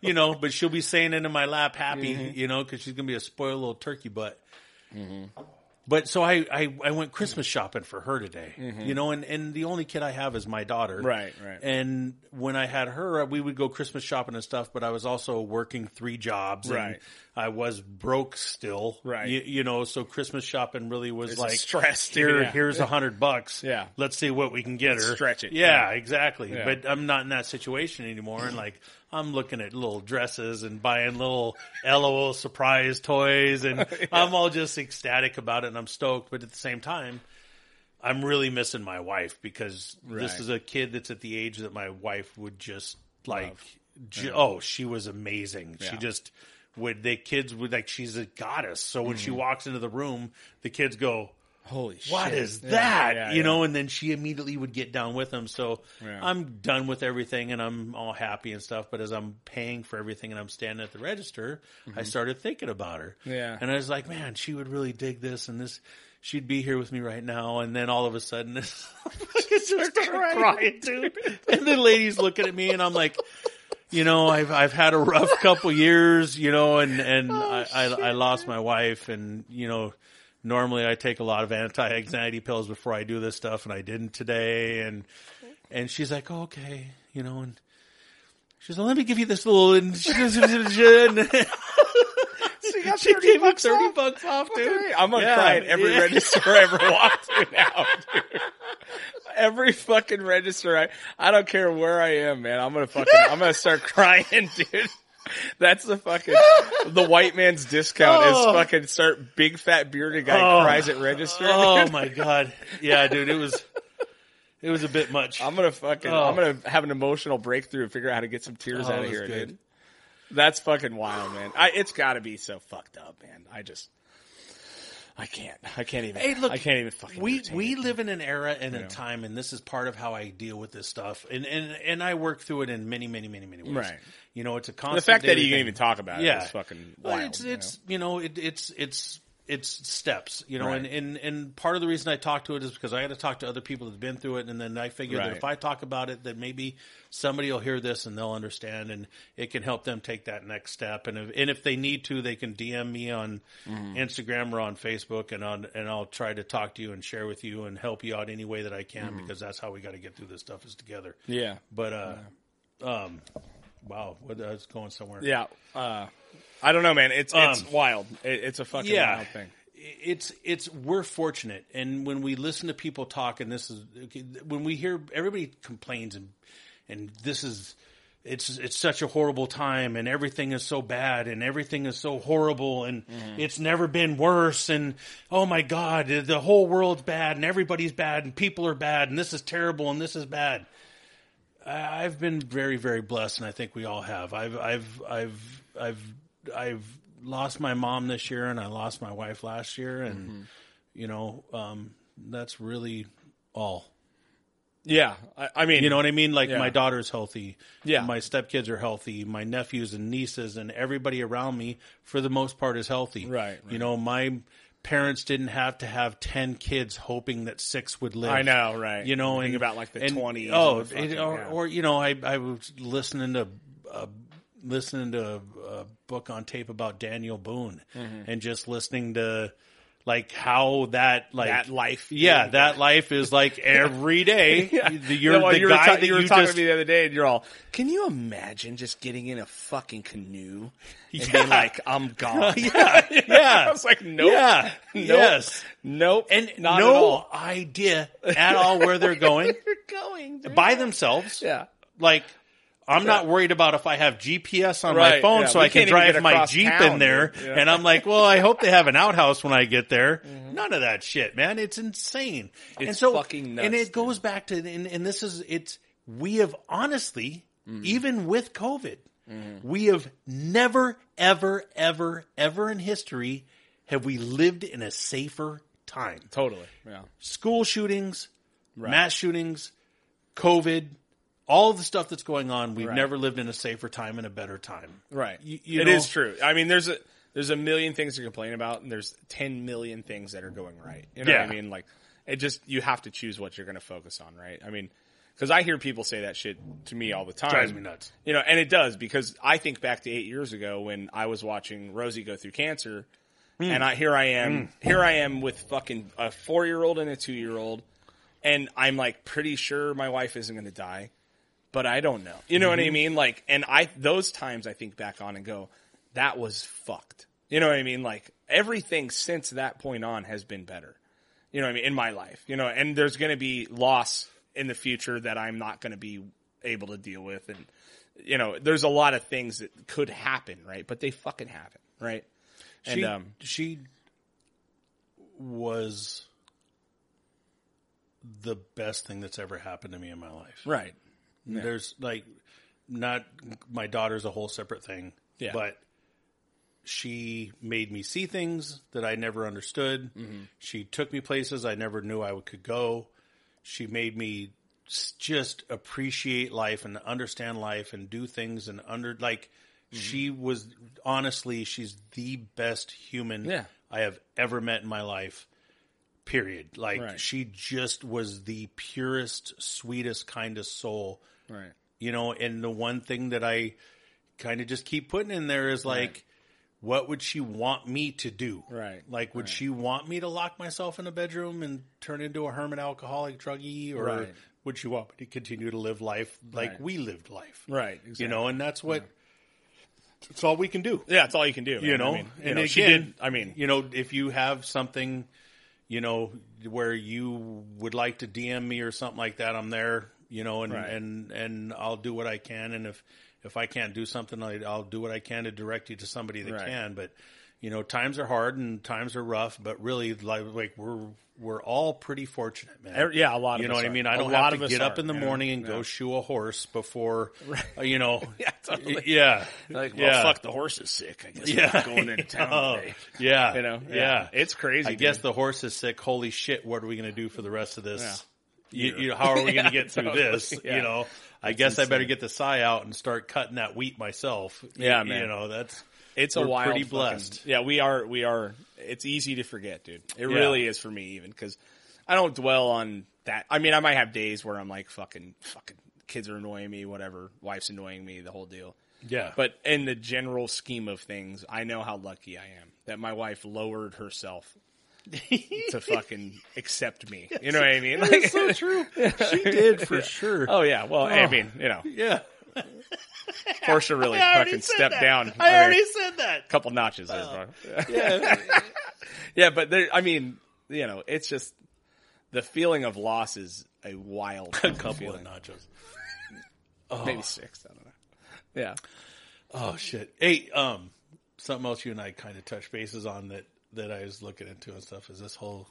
D: You know, but she'll be saying it in my lap, happy.
E: Mm-hmm.
D: You know, because she's gonna be a spoiled little turkey butt.
E: Mm-hmm.
D: But so I, I, I went Christmas shopping for her today, you know, and, and the only kid I have is my daughter.
E: Mm-hmm. Right, right.
D: And when I had her, we would go Christmas shopping and stuff, but I was also working three jobs. And
E: Right.
D: I was broke still.
E: Right.
D: You, you know, so Christmas shopping really was
E: It's a
D: like
E: stress, dude,
D: Here,
E: yeah.
D: Here's a hundred bucks.
E: Yeah.
D: Let's see what we can get her.
E: stretch it,
D: Yeah, exactly.
E: Yeah.
D: But I'm not in that situation anymore. And like, I'm looking at little dresses and buying little LOL surprise toys, and I'm all just ecstatic about it and I'm stoked. But at the same time, I'm really missing my wife because this
E: Right.
D: is a kid that's at the age that my wife would just like. ju- oh, she was amazing. She
E: Yeah.
D: just would. The kids would like. She's a goddess. So when she
E: Mm-hmm.
D: walks into the room, the kids go,
E: Holy shit.
D: what is
E: Yeah,
D: that?
E: yeah,
D: you
E: yeah.
D: know, and then she immediately would get down with him. So
E: Yeah.
D: I'm done with everything and I'm all happy and stuff. But as I'm paying for everything and I'm standing at the register, I started thinking about her.
E: Mm-hmm. Yeah.
D: And I was like, man, she would really dig this and this. She'd be here with me right now. And then all of a sudden, it's just crying, crying dude. And the lady's looking at me and I'm like, you know, I've I've had a rough couple years, you know, and and I, I I lost my wife, and you know, normally I take a lot of anti anxiety pills before I do this stuff, and I didn't today, and and she's like, oh, okay, you know, and she's like, let me give you this little, and she,
E: You got
D: she
E: 30
D: gave me
E: bucks
D: thirty
E: off?
D: bucks off, dude.
E: Dude, I'm gonna
D: Yeah,
E: cry at every
D: yeah.
E: register I ever walk through now. Dude. Every fucking register, I I don't care where I am, man. I'm gonna fucking I'm gonna start crying, dude. That's the fucking the white man's discount
D: Oh.
E: is fucking start big fat bearded guy
D: Oh.
E: cries at register.
D: Oh my god, yeah, dude, it was it was a bit much.
E: I'm gonna fucking
D: Oh.
E: I'm gonna have an emotional breakthrough and figure out how to get some tears
D: Oh, it
E: out of
D: was
E: here,
D: good.
E: dude. That's fucking wild, man. I, it's got to be so fucked up, man. I just I can't I can't even
D: Hey, look,
E: I can't even fucking
D: we
E: entertain
D: we
E: it.
D: live in an era and a time, and this is part of how I deal with this stuff, and and and I work through it in many, many, many, many ways.
E: Right.
D: You know, it's a constant.
E: the fact that
D: daily
E: you can
D: thing.
E: even talk about
D: Yeah.
E: it is fucking
D: Well,
E: wild.
D: it's
E: you know?
D: it's you know, it, it's it's it's steps, you know,
E: Right.
D: and, and and part of the reason I talk to it is because I got to talk to other people that've been through it, and then I figure that
E: Right.
D: if I talk about it, that maybe somebody will hear this and they'll understand, and it can help them take that next step, and if and if they need to, they can DM me on
E: Mm-hmm.
D: Instagram or on Facebook, and on and I'll try to talk to you and share with you and help you out any way that I can because that's how we got to get through this stuff is together.
E: Mm-hmm. yeah,
D: But uh, um, wow, what, I was going somewhere.
E: yeah. Uh, I don't know, man. It's it's
D: Um,
E: wild. It, it's a fucking wild thing.
D: It's it's we're fortunate, and when we listen to people talk, and this is when we hear everybody complains, and and this is it's it's such a horrible time, and everything is so bad, and everything is so horrible, and it's never been worse, and oh my god, the whole world's bad, and everybody's bad, and people are bad, and this is terrible, and this is bad. I- I've been very, very blessed, and I think we all have. I've, I've, I've, I've, I've lost my mom this year, and I lost my wife last year, and you know, um, that's really all.
E: Yeah, I, I mean,
D: You know what I mean? Like
E: Yeah.
D: my daughter's healthy.
E: Yeah.
D: My stepkids are healthy. My nephews and nieces and everybody around me, for the most part, is healthy.
E: Right,
D: You know, my parents didn't have to have 10 kids hoping that six would live.
E: I know, right?
D: You know,
E: Think
D: and
E: about like the
D: and-
E: twenties.
D: Oh,
E: and the fucking-
D: it- or,
E: yeah.
D: or you know, I I was listening to uh, listening to a book on tape about Daniel Boone,
E: Mm-hmm.
D: and just listening to like how that like
E: that life.
D: yeah, that life is like every day. The, you're
E: Yeah, well,
D: the
E: you were
D: guy
E: ta-
D: that
E: you
D: you,
E: were talking
D: just
E: to me the other day, and you're all, "Can you imagine just getting in a fucking canoe and
D: Yeah.
E: being like, I'm gone?"
D: yeah, yeah.
E: I was like, "Nope,
D: Yeah.
E: nope,
D: Yes.
E: nope,
D: and
E: not
D: no
E: at all."
D: idea at all where they're going
E: You're going dude.
D: by themselves.
E: Yeah,
D: Like, I'm not worried about if I have GPS on my
E: Right,
D: phone
E: yeah.
D: so
E: We
D: I can
E: can't even
D: drive
E: get
D: my
E: across
D: Jeep
E: town,
D: in there.
E: dude. Yeah. Mm-hmm.
D: And I'm like, well, I hope they have an outhouse when I get there. None of that shit, man. It's insane. and
E: It's
D: so,
E: fucking nuts,
D: And it
E: dude.
D: goes back to, and, and this is, it's, we have honestly,
E: Mm-hmm.
D: even with COVID, we have never, ever, ever, ever in history have we lived in a safer time
E: totally. Yeah,
D: school shootings, mass shootings, COVID, all the stuff that's going on. We've
E: Right.
D: never lived in a safer time and a better time.
E: Right. It
D: You-
E: is
D: you know-
E: true. I mean, there's a there's a million things to complain about, and there's ten million things that are going right. You know
D: Yeah.
E: what I mean? Like, it just you have to choose what you're going to focus on, right? I mean, because I hear people say that shit to me all the time.
D: Drives me nuts.
E: You know, and it does because I think back to eight years ago when I was watching Rosie go through cancer,
D: Hmm.
E: and I here I am, here I am with fucking a four year old and a two year old, and I'm like pretty sure my wife isn't going to die but I don't know. You know what I
D: Mm-hmm.
E: mean? Like, and I those times I think back on and go, that was fucked. You know what I mean? Like everything since that point on has been better. You know what I mean? In my life, you know, and there's going to be loss in the future that I'm not going to be able to deal with, and you know, there's a lot of things that could happen, right? But they fucking happen, right? And
D: she,
E: um,
D: she was the best thing that's ever happened to me in my life.
E: right,
D: There's like not my daughter's a whole separate thing,
E: Yeah.
D: but she made me see things that I never understood.
E: Mm-hmm.
D: She took me places I never knew I could go. She made me s- just appreciate life and understand life and do things and under like
E: Mm-hmm.
D: she was honestly she's the best human
E: Yeah.
D: I have ever met in my life period. Like
E: Right.
D: she just was the purest, sweetest, kindest soul.
E: right,
D: You know, and the one thing that I kind of just keep putting in there is like, what would she want me to do?
E: Right.
D: Like, would she want me to lock myself in a bedroom and turn into a hermit alcoholic druggie? Or
E: Right.
D: would she want me to continue to live life like
E: Right.
D: we lived life?
E: right.
D: You know, and that's what, it's all we can do
E: yeah, it's all you can do.
D: you
E: man. I
D: know,
E: mean, you
D: and
E: know,
D: again,
E: she did. I mean,
D: you know, if you have something, you know, where you would like to DM me or something like that, I'm there, you know, and
E: Right.
D: and and I'll do what I can, and if if I can't do something, I, I'll do what I can to direct you to somebody that
E: Right.
D: can. But you know, times are hard and times are rough, but really, like, like we're we're all pretty fortunate, man.
E: Every- yeah, a lot of
D: You know
E: us
D: what I
E: are.
D: mean? I
E: A
D: don't have
E: lot of
D: to
E: us
D: get up
E: are,
D: in the
E: you know?
D: morning and
E: Yeah.
D: go shoe a horse before, uh, you know,
E: totally.
D: yeah,
E: like, well,
D: yeah.
E: fuck, the horse is sick. I guess
D: Yeah.
E: yeah. I'm going into town
D: Oh,
E: today.
D: yeah.
E: You know,
D: yeah.
E: it's crazy.
D: I guess
E: dude.
D: the horse is sick. Holy shit! What are we going to do for the rest of this? You,
E: Yeah.
D: you, how are we going to get through this?
E: totally. Yeah.
D: You know, I guess I better get the sigh out and start cutting that wheat myself.
E: Yeah,
D: you,
E: man.
D: You know, that's
E: it's a
D: we're
E: wild.
D: pretty
E: fucking-
D: blessed.
E: yeah, we are. We are. It's easy to forget, dude. It really is for me, even because I don't dwell on that. I mean, I might have days where I'm like, fucking, fucking, kids are annoying me, whatever. Wife's annoying me, the whole deal.
D: yeah,
E: But in the general scheme of things, I know how lucky I am that my wife lowered herself to fucking accept me. You know what I mean? Like,
D: so true. She did for sure.
E: oh yeah. Well, I mean, you know,
D: yeah.
E: Portia really
D: I already
E: fucking
D: said
E: stepped
D: that.
E: down.
D: I
E: mean,
D: already said that.
E: a couple notches there, bro.
D: Yeah,
E: yeah, but there. I mean, you know, it's just the feeling of loss is a wild
D: a couple of Oh.
E: feeling.
D: nachos.
E: maybe six. I don't know. Yeah.
D: Oh shit. Hey, um, something else you and I kind of touched bases on that that I was looking into and stuff is this whole.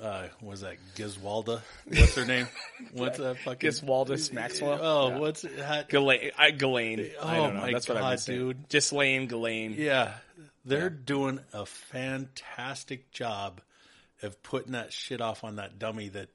D: Uh, what was that Giswalda? What's her name? What's that fucking
E: Giswaldus Maxwell.
D: Oh, what's how,
E: Ghislaine. I, Ghislaine. uh, I
D: Oh
E: don't know.
D: my
E: That's what I've been
D: God,
E: saying.
D: dude.
E: Ghislaine, Ghislaine.
D: yeah? They're doing a fantastic job of putting that shit off on that dummy that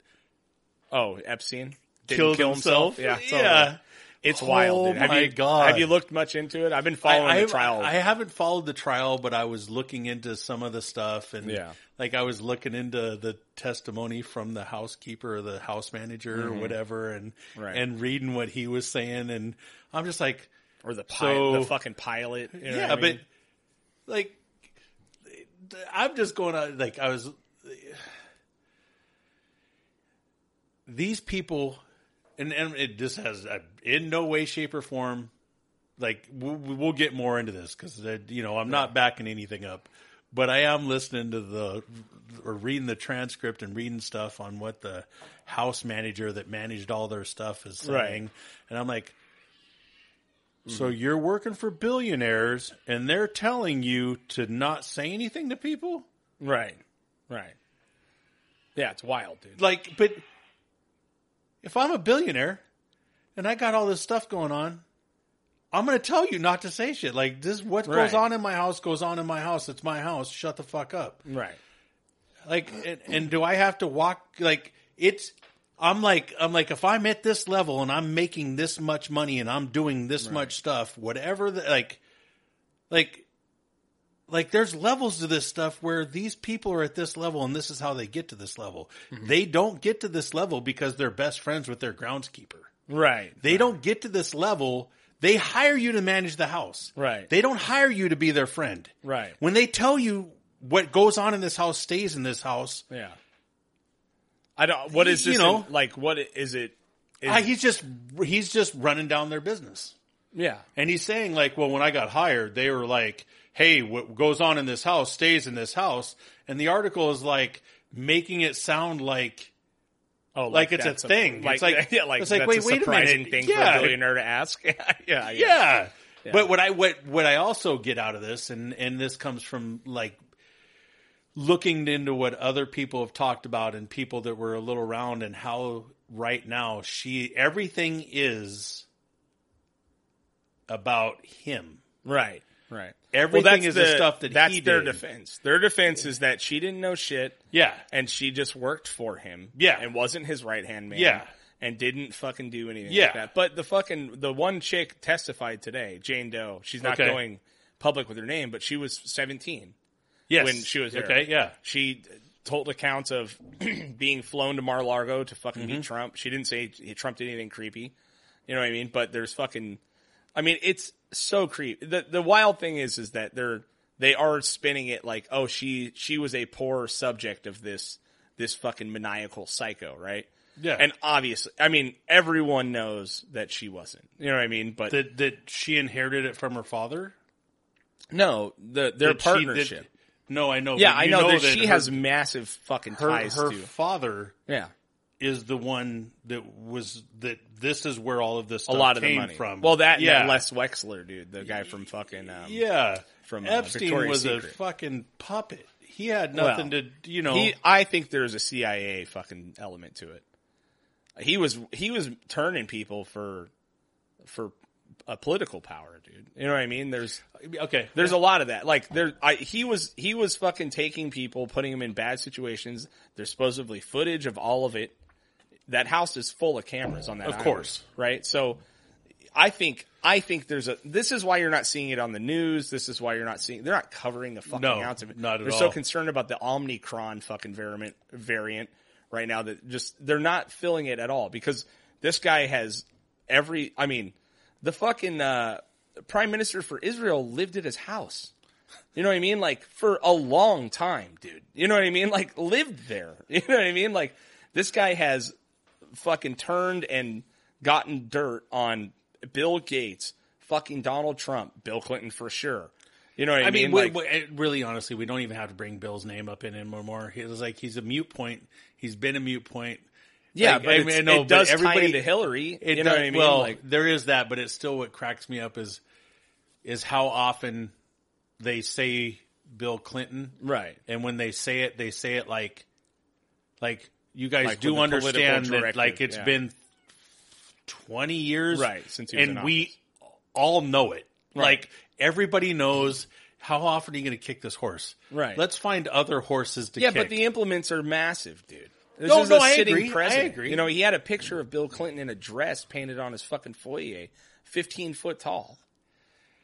E: Oh, Epstein Didn't
D: killed
E: kill
D: himself.
E: Yeah, totally.
D: yeah.
E: It's wild. Dude.
D: Oh
E: Have
D: my
E: you,
D: God.
E: Have you looked much into it? I've been
D: I,
E: following
D: I-
E: the trial.
D: I haven't followed the trial, but I was looking into some of the stuff, and
E: Yeah.
D: like I was looking into the testimony from the housekeeper or the house manager or whatever, and
E: Mm-hmm. Right.
D: and reading what he was saying, and I'm just like,
E: or the pi-
D: So-
E: the fucking pilot. you know
D: yeah,
E: what I mean?
D: but like, I'm just going on. Like, I was these people, and, and it just has uh, in no way, shape, or form. Like, we'll, we'll get more into this because you know I'm not backing anything up, but I am listening to the or reading the transcript and reading stuff on what the house manager that managed all their stuff is
E: Right.
D: saying, and I'm like. So you're working for billionaires and they're telling you to not say anything to people?
E: right, right. Yeah, it's wild, dude.
D: Like, but if I'm a billionaire and I got all this stuff going on, I'm going to tell you not to say shit. Like this what goes
E: Right.
D: on in my house goes on in my house. It's my house. Shut the fuck up.
E: Right.
D: Like and, and do I have to walk like it's I'm like I'm like if I'm at this level and I'm making this much money and I'm doing this much stuff, whatever the like like like there's levels to this stuff where these people are at this level and this is how they get to this level. They don't get to this level because they're best friends with their groundskeeper.
E: Right.
D: They don't get to this level. They hire you to manage the house.
E: Right.
D: They don't hire you to be their friend.
E: Right.
D: When they tell you what goes on in this house stays in this house,
E: Yeah. I don't. What is
D: You
E: this? in-
D: know.
E: like, what i- is it? Is,
D: I, he's just he's just running down their business.
E: yeah.
D: And he's saying like, well, when I got hired, they were like, hey, what goes on in this house stays in this house. And the article is like making it sound like
E: Oh,
D: Like it's a
E: that's
D: thing.
E: Like,
D: It's like-
E: yeah, like
D: it's like,
E: that's
D: wait,
E: a
D: wait a
E: surprising
D: minute.
E: thing for
D: Yeah.
E: a billionaire to ask. yeah, yeah,
D: yeah. But what I what what I also get out of this, and and this comes from like looking into what other people have talked about and people that were a little around and how right now she everything is about him.
E: Right, right.
D: Everything
E: that's
D: is the, stuff that
E: that's
D: he
E: their
D: did.
E: defense. Their defense is that she didn't know shit
D: Yeah,
E: and she just worked for him.
D: Yeah.
E: and wasn't his right hand man.
D: Yeah.
E: and didn't fucking do anything
D: Yeah.
E: like that. But the fucking the one chick testified today, Jane Doe. She's not
D: Okay.
E: going public with her name, but she was seventeen.
D: yes.
E: when she was there.
D: okay, yeah,
E: She told accounts of being flown to Mar-Largo to fucking
D: Mm-hmm.
E: meet Trump. She didn't say Trump did anything creepy. You know what I mean? But there's fucking, I mean, it's so creepy. The the wild thing is, is that they're they are spinning it like, oh, she she was a poor subject of this this fucking maniacal psycho, right?
D: Yeah.
E: And obviously, I mean, everyone knows that she wasn't. You know what I mean? But
D: that that she inherited it from her father.
E: no, the their
D: That she- that-
E: partnership.
D: no, I know.
E: yeah,
D: but
E: I
D: you
E: know, that, she
D: her-
E: has massive fucking
D: her
E: ties
D: her
E: to.
D: father
E: Yeah.
D: is the one that was that this is where all of this
E: a
D: stuff
E: lot of
D: came
E: the money
D: from.
E: Well, that yeah,
D: yeah,
E: Les Wexler, dude, the guy from fucking um,
D: yeah.
E: from, uh,
D: Epstein
E: Victoria's
D: was a
E: Secret.
D: fucking puppet. He had nothing
E: Well,
D: to you know.
E: He, I think there's a CIA fucking element to it. He was he was turning people for for a political power, dude. You know what I mean? There's
D: okay,
E: there's a lot of that. Like there, I, he was he was fucking taking people, putting them in bad situations. There's supposedly footage of all of it. That house is full of cameras on that.
D: Of
E: island,
D: course.
E: right? So, I think I think there's a. This is why you're not seeing it on the news. This is why you're not seeing. They're not covering the fucking
D: No,
E: ounce of it.
D: not at
E: they're
D: all.
E: so concerned about the Omnicron fucking variant variant right now that just they're not filling it at all because this guy has every. I mean, the fucking uh, prime minister for Israel lived at his house. You know what I mean? Like for a long time, dude. You know what I mean? Like lived there. You know what I mean? Like this guy has fucking turned and gotten dirt on Bill Gates, fucking Donald Trump, Bill Clinton for sure. You know what I,
D: I mean,
E: mean?
D: we-
E: like,
D: we- it- really, honestly, we don't even have to bring Bill's name up in anymore. He was like, he's a mute point. He's been a mute point.
E: yeah,
D: Like,
E: but
D: I
E: it's-
D: mean, no,
E: it
D: but
E: does tie
D: everybody-
E: into Hillary.
D: It
E: you know
D: does-
E: what I mean?
D: Well,
E: like,
D: there is that, but it's still what cracks me up is is how often they say Bill Clinton,
E: right.
D: and when they say it, they say it like like you guys
E: Like
D: do
E: with the political
D: understand that
E: directive,
D: like it's
E: yeah.
D: been twenty years,
E: Right, since he was
D: and
E: in
D: we all know it. Like everybody knows. How often are you going to kick this horse?
E: Right.
D: Let's find other horses to
E: Yeah,
D: kick.
E: but the implements are massive, dude. This
D: No,
E: is
D: no,
E: a
D: I
E: sitting
D: agree. I
E: president.
D: agree.
E: You know, he had a picture of Bill Clinton in a dress painted on his fucking foyer, fifteen foot tall.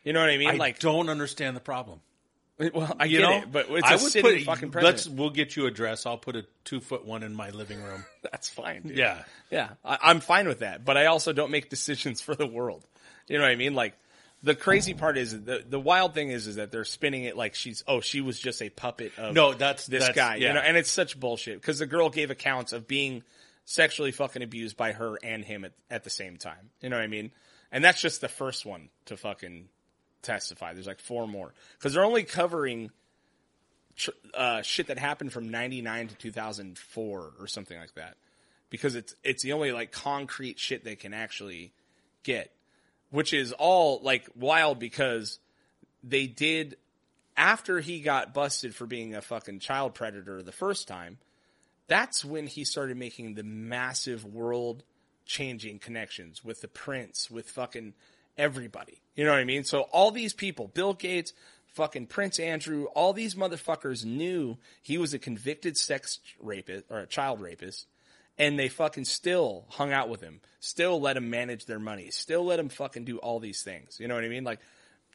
E: You know what I mean?
D: I
E: like,
D: don't understand the problem.
E: well, I
D: You
E: get
D: know,
E: it, but it's
D: I
E: a
D: would
E: sitting
D: put,
E: fucking
D: Let's.
E: president.
D: We'll get you a dress. I'll put a two foot one in my living room.
E: That's fine, dude.
D: yeah.
E: Yeah, I, I'm fine with that, but I also don't make decisions for the world. You know what I mean? Like the crazy part is the the wild thing is is that they're spinning it like she's oh she was just a puppet of
D: No, that's-
E: this
D: that's-
E: guy.
D: yeah.
E: You know, and it's such bullshit because the girl gave accounts of being sexually fucking abused by her and him at, at the same time. You know what I mean? And that's just the first one to fucking testify. There's like four more because they're only covering tr- uh, shit that happened from 99 to 2004 or something like that because it's it's the only like concrete shit they can actually get which is all like wild because they did after he got busted for being a fucking child predator the first time that's when he started making the massive world changing connections with the prince with fucking everybody you know what i mean so all these people bill gates fucking prince andrew all these motherfuckers knew he was a convicted sex rapist or a child rapist and they fucking still hung out with him, still let him manage their money, still let him fucking do all these things. You know what I mean? Like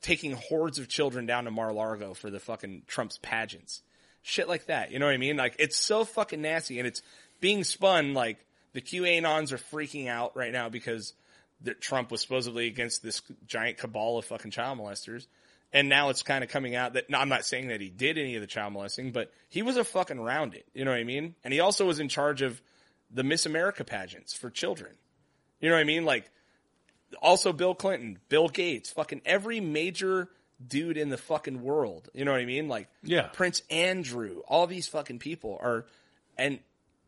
E: taking hordes of children down to Mar-Largo for the fucking Trump's pageants, shit like that. You know what I mean? Like it's so fucking nasty and it's being spun like the QAnons are freaking out right now because that Trump was supposedly against this giant cabal of fucking child molesters. And now it's kind of coming out that no, I'm not saying that he did any of the child molesting, but he was a fucking rounded. You know what I mean? And he also was in charge of the Miss America pageants for children. You know what I mean? Like also Bill Clinton, Bill Gates, fucking every major dude in the fucking world. You know what I mean? Like
D: Yeah.
E: Prince Andrew, all these fucking people are and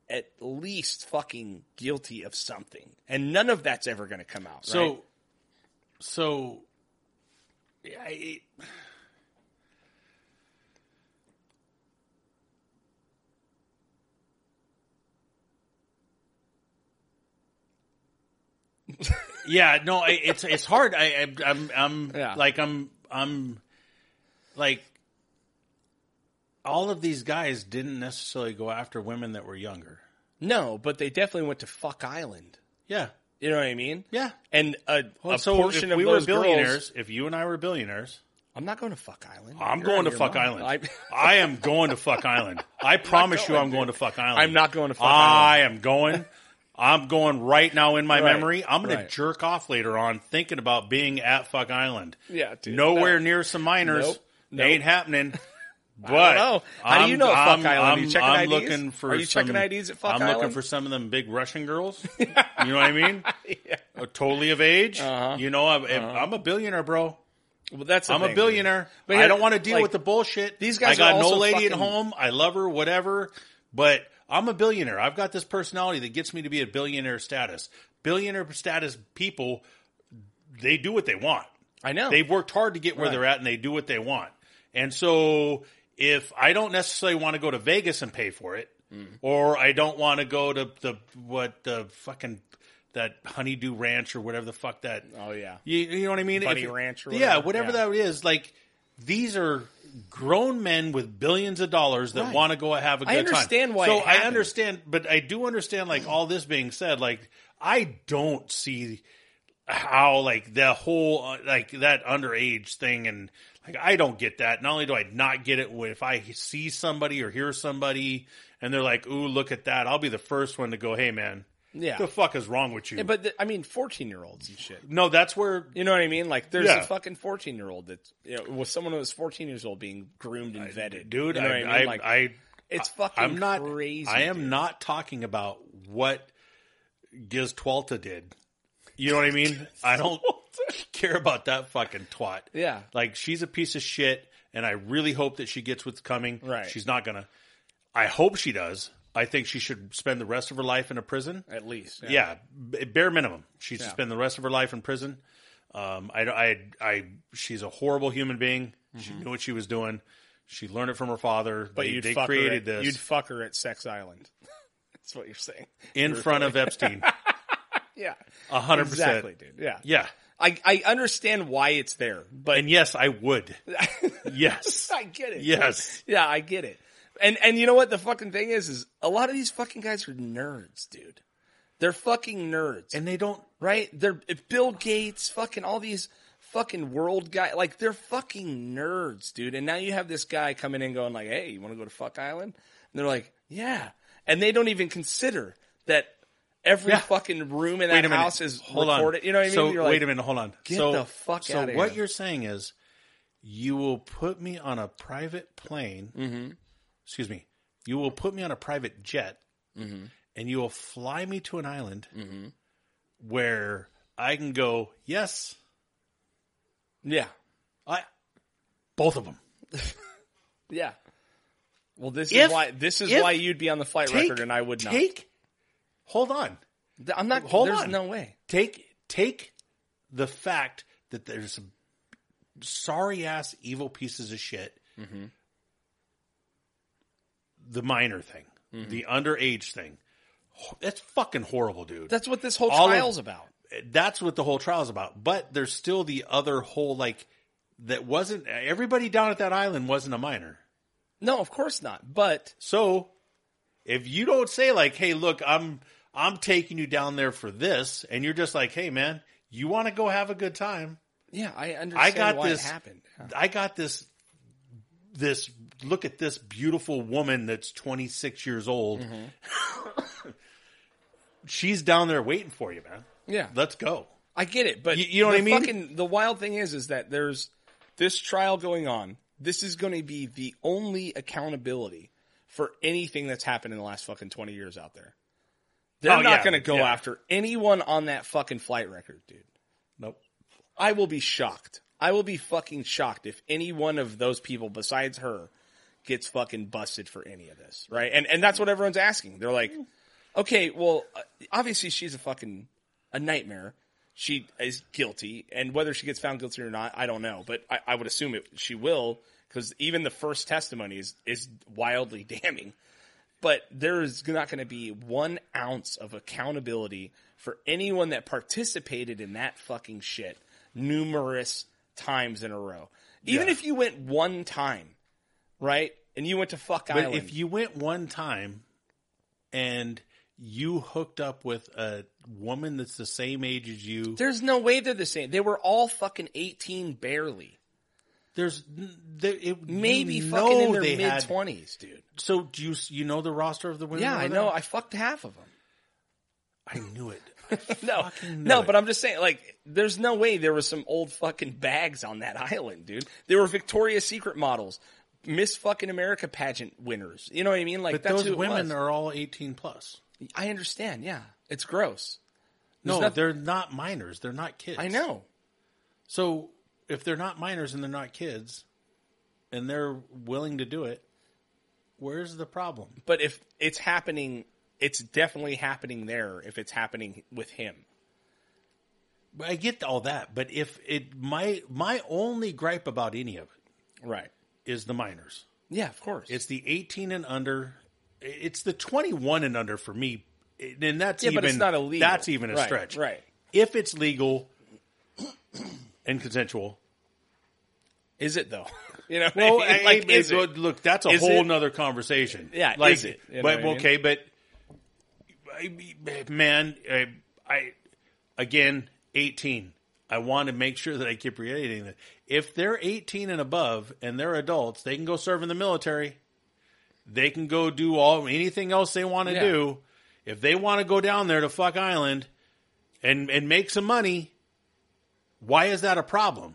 E: at least fucking guilty of something, and none of that's ever going to come out.
D: So,
E: right?
D: so, yeah, it, yeah, no, it, it's it's hard. I, I'm, I'm, I'm
E: Yeah.
D: like, I'm, I'm, like, all of these guys didn't necessarily go after women that were younger.
E: no, but they definitely went to fuck island.
D: Yeah,
E: You know what I mean?
D: yeah.
E: And a,
D: Well,
E: a portion
D: if
E: of
D: we
E: those
D: were billionaires,
E: girls,
D: if you and I were billionaires,
E: I'm not going to fuck island.
D: I'm
E: You're
D: going
E: on
D: to
E: your
D: fuck
E: mind.
D: island.
E: I-
D: I am going to fuck island. I promise you,
E: going,
D: I'm going to fuck island.
E: I'm not going to fuck
D: I am going. I'm going right now in my
E: Right,
D: memory. I'm going
E: right.
D: to jerk off later on thinking about being at fuck island.
E: Yeah, dude,
D: Nowhere
E: no.
D: near some minors.
E: Nope,
D: They ain't
E: nope.
D: happening. But
E: know. How do you
D: I'm-
E: know at Fuck
D: I'm-
E: Island? Are you
D: I'm-
E: checking
D: I'm
E: IDs?
D: looking for
E: Are you
D: some-
E: checking IDs at Fuck
D: I'm looking
E: Island?
D: for some of them big Russian girls. you know what I mean? Uh, Totally of age.
E: Uh-huh.
D: You know, I'm, I'm a billionaire, bro.
E: Well, that's the
D: I'm
E: thing,
D: a billionaire.
E: But
D: I
E: here-
D: don't want to deal
E: like,
D: with the bullshit.
E: these
D: I
E: guys
D: got
E: are
D: no
E: also
D: lady at
E: fucking-
D: home. I love her, whatever. But I'm a billionaire. I've got this personality that gets me to be at billionaire status. Billionaire status people, they do what they want.
E: dude. I know.
D: They've worked hard to get where
E: Oh. Right.
D: they're at, and they do what they want. And so, if I don't necessarily want to go to Vegas and pay for it,
E: Mm-hmm.
D: or I don't want to go to the what the fucking that Honeydew Ranch or whatever the fuck that
E: oh yeah.
D: you, you know what I mean?
E: Bunny Ranch or
D: Yeah,
E: whatever.
D: whatever
E: Yeah.
D: that is. Like these are grown men with billions of dollars that
E: Right.
D: want to go and have a good
E: I understand
D: time.
E: why
D: So
E: it
D: I
E: happened.
D: understand, but I do understand. Like all this being said, like I don't see how like the whole uh, like that underage thing and like I don't get that. Not only do I not get it if I see somebody or hear somebody and they're like, "Ooh, look at that!" I'll be the first one to go, "Hey, man,
E: Yeah.
D: the fuck is wrong with you?"
E: Yeah, but th- I mean, 14 year olds and shit.
D: no, that's where
E: You know what I mean? Like, there's
D: Yeah.
E: a fucking 14 year old that you know, was someone who was 14 years old being groomed and vetted,
D: dude.
E: You know
D: I,
E: what I mean?
D: I, I,
E: like, it's fucking
D: am not
E: crazy.
D: I am
E: dude.
D: not talking about what Giz Twalta did. You know what I mean? I don't care about that fucking twat.
E: Yeah.
D: like she's a piece of shit, and I really hope that she gets what's coming.
E: Right.
D: she's not gonna. I hope she does. I think she should spend the rest of her life in a prison.
E: at least. Yeah.
D: Yeah, b- bare minimum. She should spend the rest of her life in prison. Um, I, I, I, she's a horrible human being. She knew what she was doing. She learned it from her father.
E: Mm-hmm. But
D: they,
E: you'd
D: they
E: fuck
D: created
E: her at,
D: this
E: You'd fuck her at Sex Island. That's what you're saying.
D: in front of Epstein.
E: Yeah.
D: A hundred
E: Exactly,
D: percent.
E: dude. Yeah.
D: Yeah,
E: I, I understand why it's there, but
D: and yes, I would. Yes,
E: I get it.
D: yes.
E: Yeah, I get it. And and you know what the fucking thing is is a lot of these fucking guys are nerds, dude. They're fucking nerds.
D: And they don't.
E: right? They're Bill Gates, fucking all these fucking world guy like they're fucking nerds, dude. And now you have this guy coming in going like, "Hey, you want to go to Fuck Island?" And they're like, "Yeah." And they don't even consider that every
D: Yeah.
E: fucking room in
D: Wait
E: that
D: a minute.
E: house is
D: Hold
E: recorded.
D: on.
E: You know what I mean?
D: So
E: You're like,
D: wait a minute. Hold on.
E: "Get
D: so,
E: the fuck
D: So
E: outta
D: what
E: here."
D: you're saying is, you will put me on a private plane.
E: Mm-hmm.
D: Excuse me. You will put me on a private jet,
E: Mm-hmm.
D: and you will fly me to an island where I can go. Yes,
E: Yeah.
D: I. Both of them.
E: Yeah. Well, this
D: If-
E: is why this is
D: if-
E: why you'd be on the flight record and I would not.
D: take. Hold on.
E: Th- I'm not.
D: Hold
E: there's
D: on.
E: no way.
D: take take the fact that there's some sorry ass evil pieces of shit. The minor thing, the underage thing. Ho- That's fucking horrible, dude.
E: That's what this whole
D: All of-
E: trial's about.
D: That's what the whole trial's about. But there's still the other whole like that wasn't everybody down at that island wasn't a minor.
E: No, of course not. But
D: So if you don't say like, "Hey, look, I'm I'm taking you down there for this," and you're just like, "Hey, man, you want to go have a good time?"
E: yeah, I understand
D: I got
E: why
D: this.
E: it happened. Yeah.
D: I got this. This look at this beautiful woman that's 26 years old.
E: Mm-hmm.
D: She's down there waiting for you, man.
E: Yeah,
D: Let's go.
E: I get it, but
D: You- you know what
E: the
D: I mean?
E: Fucking, the wild thing is, is that there's this trial going on. This is going to be the only accountability for anything that's happened in the last fucking twenty years out there. They're
D: Oh,
E: not
D: yeah,
E: going to go
D: yeah.
E: after anyone on that fucking flight record, dude.
D: Nope.
E: I will be shocked. I will be fucking shocked if any one of those people besides her gets fucking busted for any of this, right? And and that's what everyone's asking. They're like, Okay, well, uh, obviously she's a fucking a nightmare. She is guilty, and whether she gets found guilty or not, I don't know. But I, I would assume it, she will, because even the first testimony is is wildly damning. But there is not going to be one ounce of accountability for anyone that participated in that fucking shit numerous times in a row. Even if you went one time, right, and you went to fuck
D: But
E: island,
D: if you went one time and you hooked up with a woman that's the same age as you,
E: There's no way they're the same. They were all fucking 18 barely.
D: there's there, it,
E: Maybe
D: you
E: fucking in
D: know
E: their
D: they
E: mid
D: had-
E: 20s, dude.
D: So do you you know the roster of the women?
E: Yeah,
D: that
E: I
D: were
E: know.
D: there?
E: I fucked half of them.
D: I knew it.
E: No,
D: Fucking know
E: no,
D: it.
E: but I'm just saying, like, there's no way there were some old fucking bags on that island, dude. They were Victoria's Secret models, Miss fucking America pageant winners. You know what I mean? Like,
D: But
E: that's
D: those
E: who it
D: women
E: was.
D: are all eighteen plus.
E: I understand. Yeah, it's gross. There's
D: No,
E: noth-
D: they're not minors. They're not kids.
E: I know.
D: So if they're not minors and they're not kids, and they're willing to do it, where's the problem?
E: But if it's happening, it's definitely happening there if it's happening with him.
D: I get all that, but if it my my only gripe about any of
E: Right.
D: it is the minors.
E: Yeah, of course.
D: It's the eighteen and under. It's the twenty one and under for me, and that's
E: yeah,
D: even
E: but it's not illegal.
D: That's even a
E: Right,
D: stretch,
E: Right.
D: If it's legal and consensual,
E: Is it though? You know,
D: well,
E: what I mean? like, is it?
D: look, that's a
E: Is
D: whole
E: it?
D: nother conversation.
E: Yeah,
D: like,
E: is it? You know
D: but
E: what I mean?
D: okay, but I mean, man, I, I again eighteen. I want to make sure that I keep reiterating that if they're eighteen and above and they're adults, they can go serve in the military. They can go do all anything else they want to
E: Yeah.
D: do. If they want to go down there to fuck island and and make some money, why is that a problem?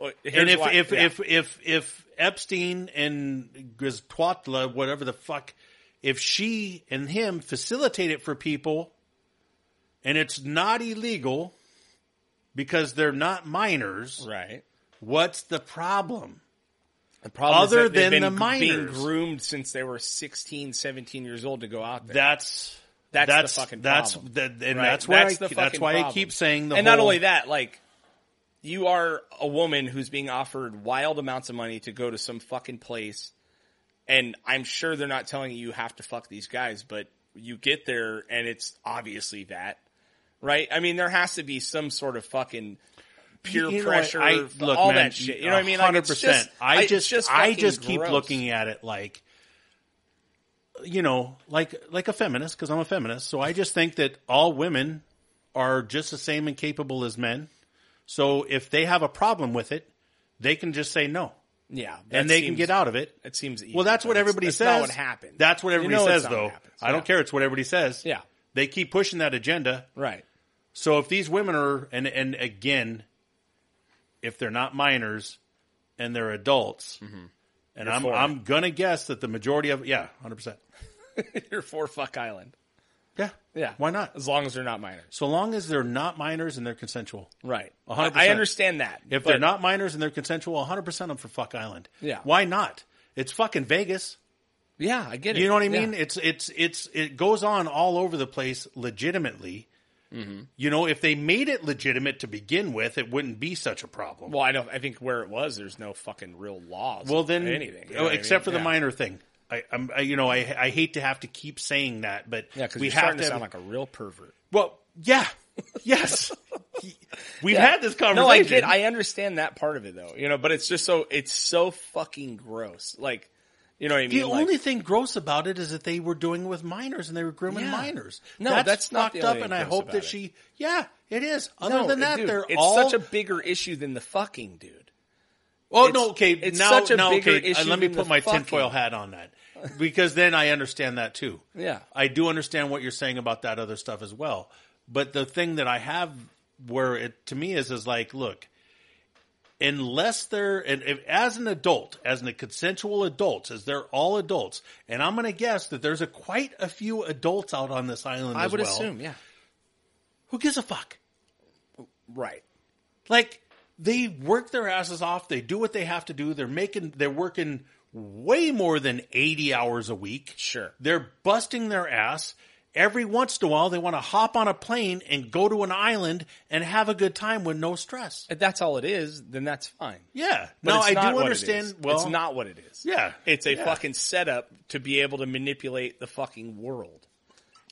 E: Well, here's
D: and if
E: why-
D: if,
E: yeah.
D: if if if Epstein and Griswatla, whatever the fuck, if she and him facilitate it for people, and it's not illegal because they're not minors,
E: right,
D: what's the problem?
E: the problem
D: Other
E: they've
D: than
E: been
D: the
E: g- being
D: minors.
E: groomed since they were 16, 17 years old to go out there.
D: That's
E: That's the
D: that's
E: fucking
D: that's
E: problem.
D: that, and
E: right?
D: that's why I,
E: the
D: that's
E: fucking
D: why I
E: problem.
D: keep saying the
E: and not
D: whole-
E: only that, like you are a woman who's being offered wild amounts of money to go to some fucking place, and I'm sure they're not telling you you have to fuck these guys, but you get there and it's obviously that, right? I mean, there has to be some sort of fucking peer
D: You know what,
E: pressure,
D: I-
E: f-
D: look,
E: all
D: man,
E: that shit. You know what I mean? Like,
D: Hundred
E: it's
D: percent.
E: just-
D: I
E: it's
D: just, I
E: fucking
D: just keep
E: gross.
D: looking at it like, you know, like like a feminist because I'm a feminist. So I just think that all women are just the same and capable as men. So if they have a problem with it, they can just say no,
E: yeah,
D: and they can get out of it.
E: It seems easy,
D: Well, that's
E: but
D: what
E: it's-
D: everybody
E: that's
D: says.
E: Not what happened?
D: That's what
E: You
D: everybody
E: know it's
D: says,
E: not what
D: though.
E: happens.
D: I don't
E: Yeah.
D: care. It's what everybody says.
E: Yeah.
D: They keep pushing that agenda.
E: Right.
D: So if these women are and and again, if they're not minors and they're adults, and I'm
E: Mm-hmm. for it.
D: I'm gonna guess that the majority of yeah, hundred percent,
E: You're for fuck island.
D: yeah,
E: Yeah.
D: Why not?
E: As long as they're not minors.
D: So long as they're not minors and they're consensual.
E: Right.
D: A hundred
E: I
D: percent.
E: understand that.
D: If
E: but-
D: they're not minors and they're consensual, one hundred percent, I'm for fuck island.
E: Yeah.
D: Why not? It's fucking Vegas.
E: yeah, I get it.
D: You know what I mean?
E: Yeah.
D: It's it's it's it goes on all over the place legitimately.
E: Mm-hmm.
D: You know, if they made it legitimate to begin with, it wouldn't be such a problem.
E: Well, I don't. I think where it was, there's no fucking real laws.
D: Well, then
E: anything, you know
D: oh,
E: what I
D: except for
E: mean?
D: the
E: Yeah.
D: minor thing. I, I'm, I, you know, I, I hate to have to keep saying that, but
E: Yeah, because
D: we
E: you're
D: have
E: starting
D: to.
E: to
D: have-
E: sound like a real pervert.
D: well, yeah, yes, we've had this conversation.
E: No, I get. I understand that part of it though. You know, but it's just so it's so fucking gross. Like, you know what I mean?
D: the
E: Like-
D: only thing gross about it is that they were doing it with minors and they were grooming
E: Yeah.
D: minors.
E: No,
D: that's,
E: that's not
D: fucked
E: the
D: up.
E: only
D: And I
E: gross
D: hope
E: about
D: that
E: it.
D: she, yeah, it is. Other than that,
E: dude,
D: they're
E: it's
D: all.
E: such a bigger issue than the fucking dude.
D: oh
E: it's-
D: no, okay,
E: it's
D: now,
E: such a
D: now,
E: bigger
D: okay. uh,
E: issue
D: let me
E: than
D: put
E: the
D: my
E: fucking-
D: tinfoil hat on that because then I understand that too.
E: Yeah.
D: I do understand what you're saying about that other stuff as well. But the thing that I have where it to me is is like, look, unless they're and if, as an adult, as a consensual adults, as they're all adults, and I'm gonna guess that there's a quite a few adults out on this island.
E: I
D: as
E: would
D: well.
E: assume. Yeah.
D: Who gives a fuck?
E: Right.
D: Like they work their asses off. They do what they have to do. They're making. They're working way more than eighty hours a week.
E: Sure.
D: They're busting their ass. Every once in a while, they want to hop on a plane and go to an island and have a good time with no stress.
E: If that's all it is, then that's fine.
D: Yeah.
E: But
D: no,
E: it's
D: I
E: not
D: do
E: what it
D: understand.
E: is.
D: well,
E: it's not what it is.
D: Yeah.
E: It's a
D: Yeah.
E: fucking setup to be able to manipulate the fucking world.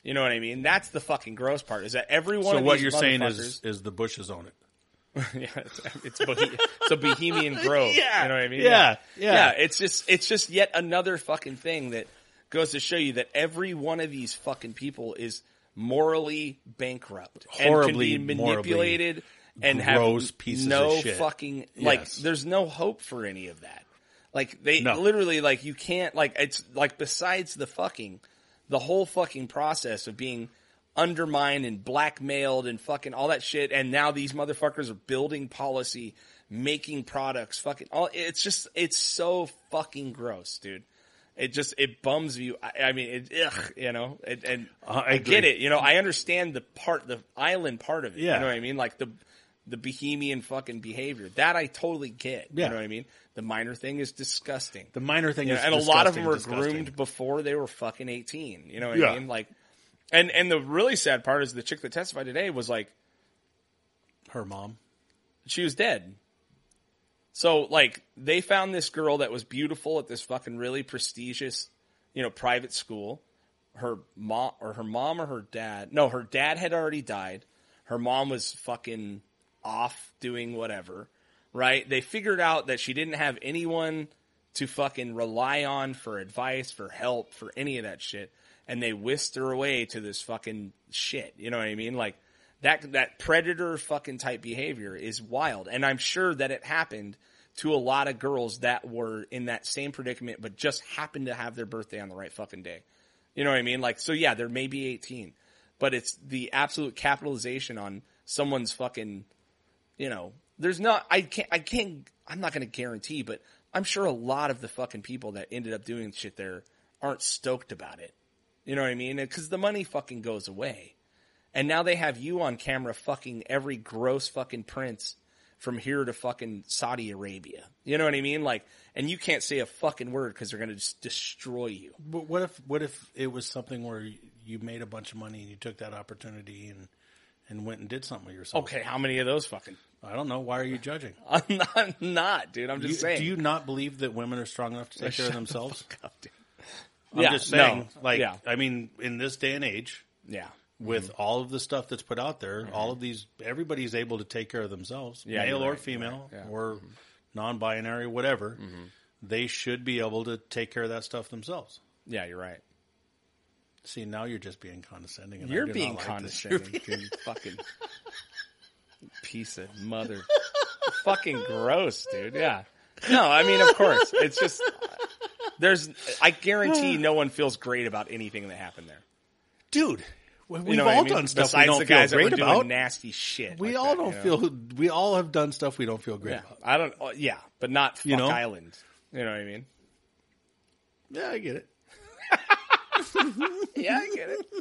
E: You know what I mean? That's the fucking gross part. Is that every one
D: So
E: of
D: what
E: these
D: you're saying
E: motherfuckers-
D: is is the Bushes own it.
E: yeah, it's, it's, bohe- it's a Bohemian Grove.
D: Yeah.
E: you know what I mean.
D: Yeah.
E: yeah,
D: Yeah.
E: It's just it's just yet another fucking thing that goes to show you that every one of these fucking people is morally bankrupt,
D: Horribly,
E: and can be manipulated, and
D: gross
E: have
D: pieces
E: no
D: of shit.
E: fucking like.
D: Yes.
E: There's no hope for any of that. Like they
D: No.
E: literally like you can't like it's like besides the fucking the whole fucking process of being undermined and blackmailed and fucking all that shit and now these motherfuckers are building policy making products fucking all it's just it's so fucking gross dude it just it bums you i, I mean it ugh, you know and, and
D: I
E: get
D: agree.
E: it you know i understand the part the island part of it you
D: Yeah.
E: know what i mean like the the bohemian fucking behavior that i totally get
D: Yeah.
E: you know what i mean the minor thing is disgusting
D: The minor thing
E: you know,
D: is
E: and a lot of
D: disgusting,
E: them were
D: disgusting.
E: groomed before they were fucking 18 you know what i
D: Yeah.
E: mean like and and the really sad part is the chick that testified today was like
D: Her mom.
E: she was dead so like they found this girl that was beautiful at this fucking really prestigious you know private school her mom or her mom or her dad no her dad had already died her mom was fucking off doing whatever right they figured out that she didn't have anyone to fucking rely on for advice, for help, for any of that shit. And they whisked her away to this fucking shit. You know what I mean? Like that, that predator fucking type behavior is wild. And I'm sure that it happened to a lot of girls that were in that same predicament, but just happened to have their birthday on the right fucking day. You know what I mean? Like, so yeah, they're maybe 18, but it's the absolute capitalization on someone's fucking you know, there's not, I can't, I can't, I'm not going to guarantee, but I'm sure a lot of the fucking people that ended up doing shit there aren't stoked about it. You know what I mean? Because the money fucking goes away. And now they have you on camera fucking every gross fucking prince from here to fucking Saudi Arabia. You know what I mean? Like, and you can't say a fucking word because they're going to just destroy you.
D: But what if what if it was something where you made a bunch of money and you took that opportunity and and went and did something with yourself?
E: Okay, how many of those fucking?
D: I don't know. Why are you judging?
E: I'm not, I'm not dude. I'm
D: You-
E: just saying.
D: do you not believe that women are strong enough to take care of themselves?
E: God, dude.
D: I'm
E: Yeah,
D: just saying.
E: no.
D: Like,
E: Yeah.
D: I mean, in this day and age,
E: Yeah.
D: with all of the stuff that's put out there, all of these, everybody's able to take care of themselves,
E: Mm-hmm. Yeah, Mm-hmm.
D: male
E: you're
D: or
E: right,
D: female or non-binary, whatever. They should be able to take care of that stuff themselves.
E: Yeah, you're right.
D: See, now you're just being condescending. And I
E: You're
D: do not
E: being
D: like this. You're
E: condescending, you fucking piece of mother. fucking gross, dude. Yeah. No, I mean, of course. It's just there's. I guarantee no one feels great about anything that happened there.
D: dude. we- We've
E: You know what
D: all
E: I mean?
D: done stuff
E: Besides
D: we don't
E: the guys
D: feel
E: that
D: great
E: were doing
D: about.
E: nasty shit.
D: we
E: like
D: all
E: that,
D: don't
E: you know?
D: feel. We all have done stuff we don't feel great
E: Yeah.
D: about.
E: I don't. oh, Yeah, but not fuck
D: You know?
E: island. You know what I mean?
D: Yeah, I get it.
E: Yeah, I get it.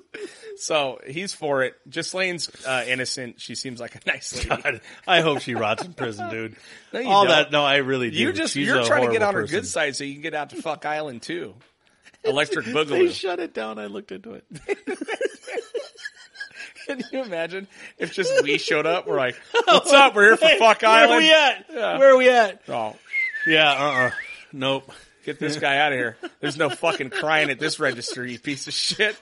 E: So he's for it. Ghislaine's uh, innocent. She seems like a nice lady.
D: God, I hope she rots in prison, dude.
E: you
D: all
E: don't.
D: that. No, I really do.
E: You just
D: She's
E: you're
D: a
E: trying to
D: horrible
E: get on her
D: person.
E: good side so you can get out to Fuck Island too. Electric
D: They
E: Boogaloo.
D: shut it down. I looked into it.
E: Can you imagine if just we showed up? We're like, "What's up? We're here for Fuck
D: Where are
E: Island."
D: we at? Where are we at?
E: Oh,
D: Yeah. Uh. uh Nope.
E: get this guy out of here. There's no fucking crying at this register, you piece of shit.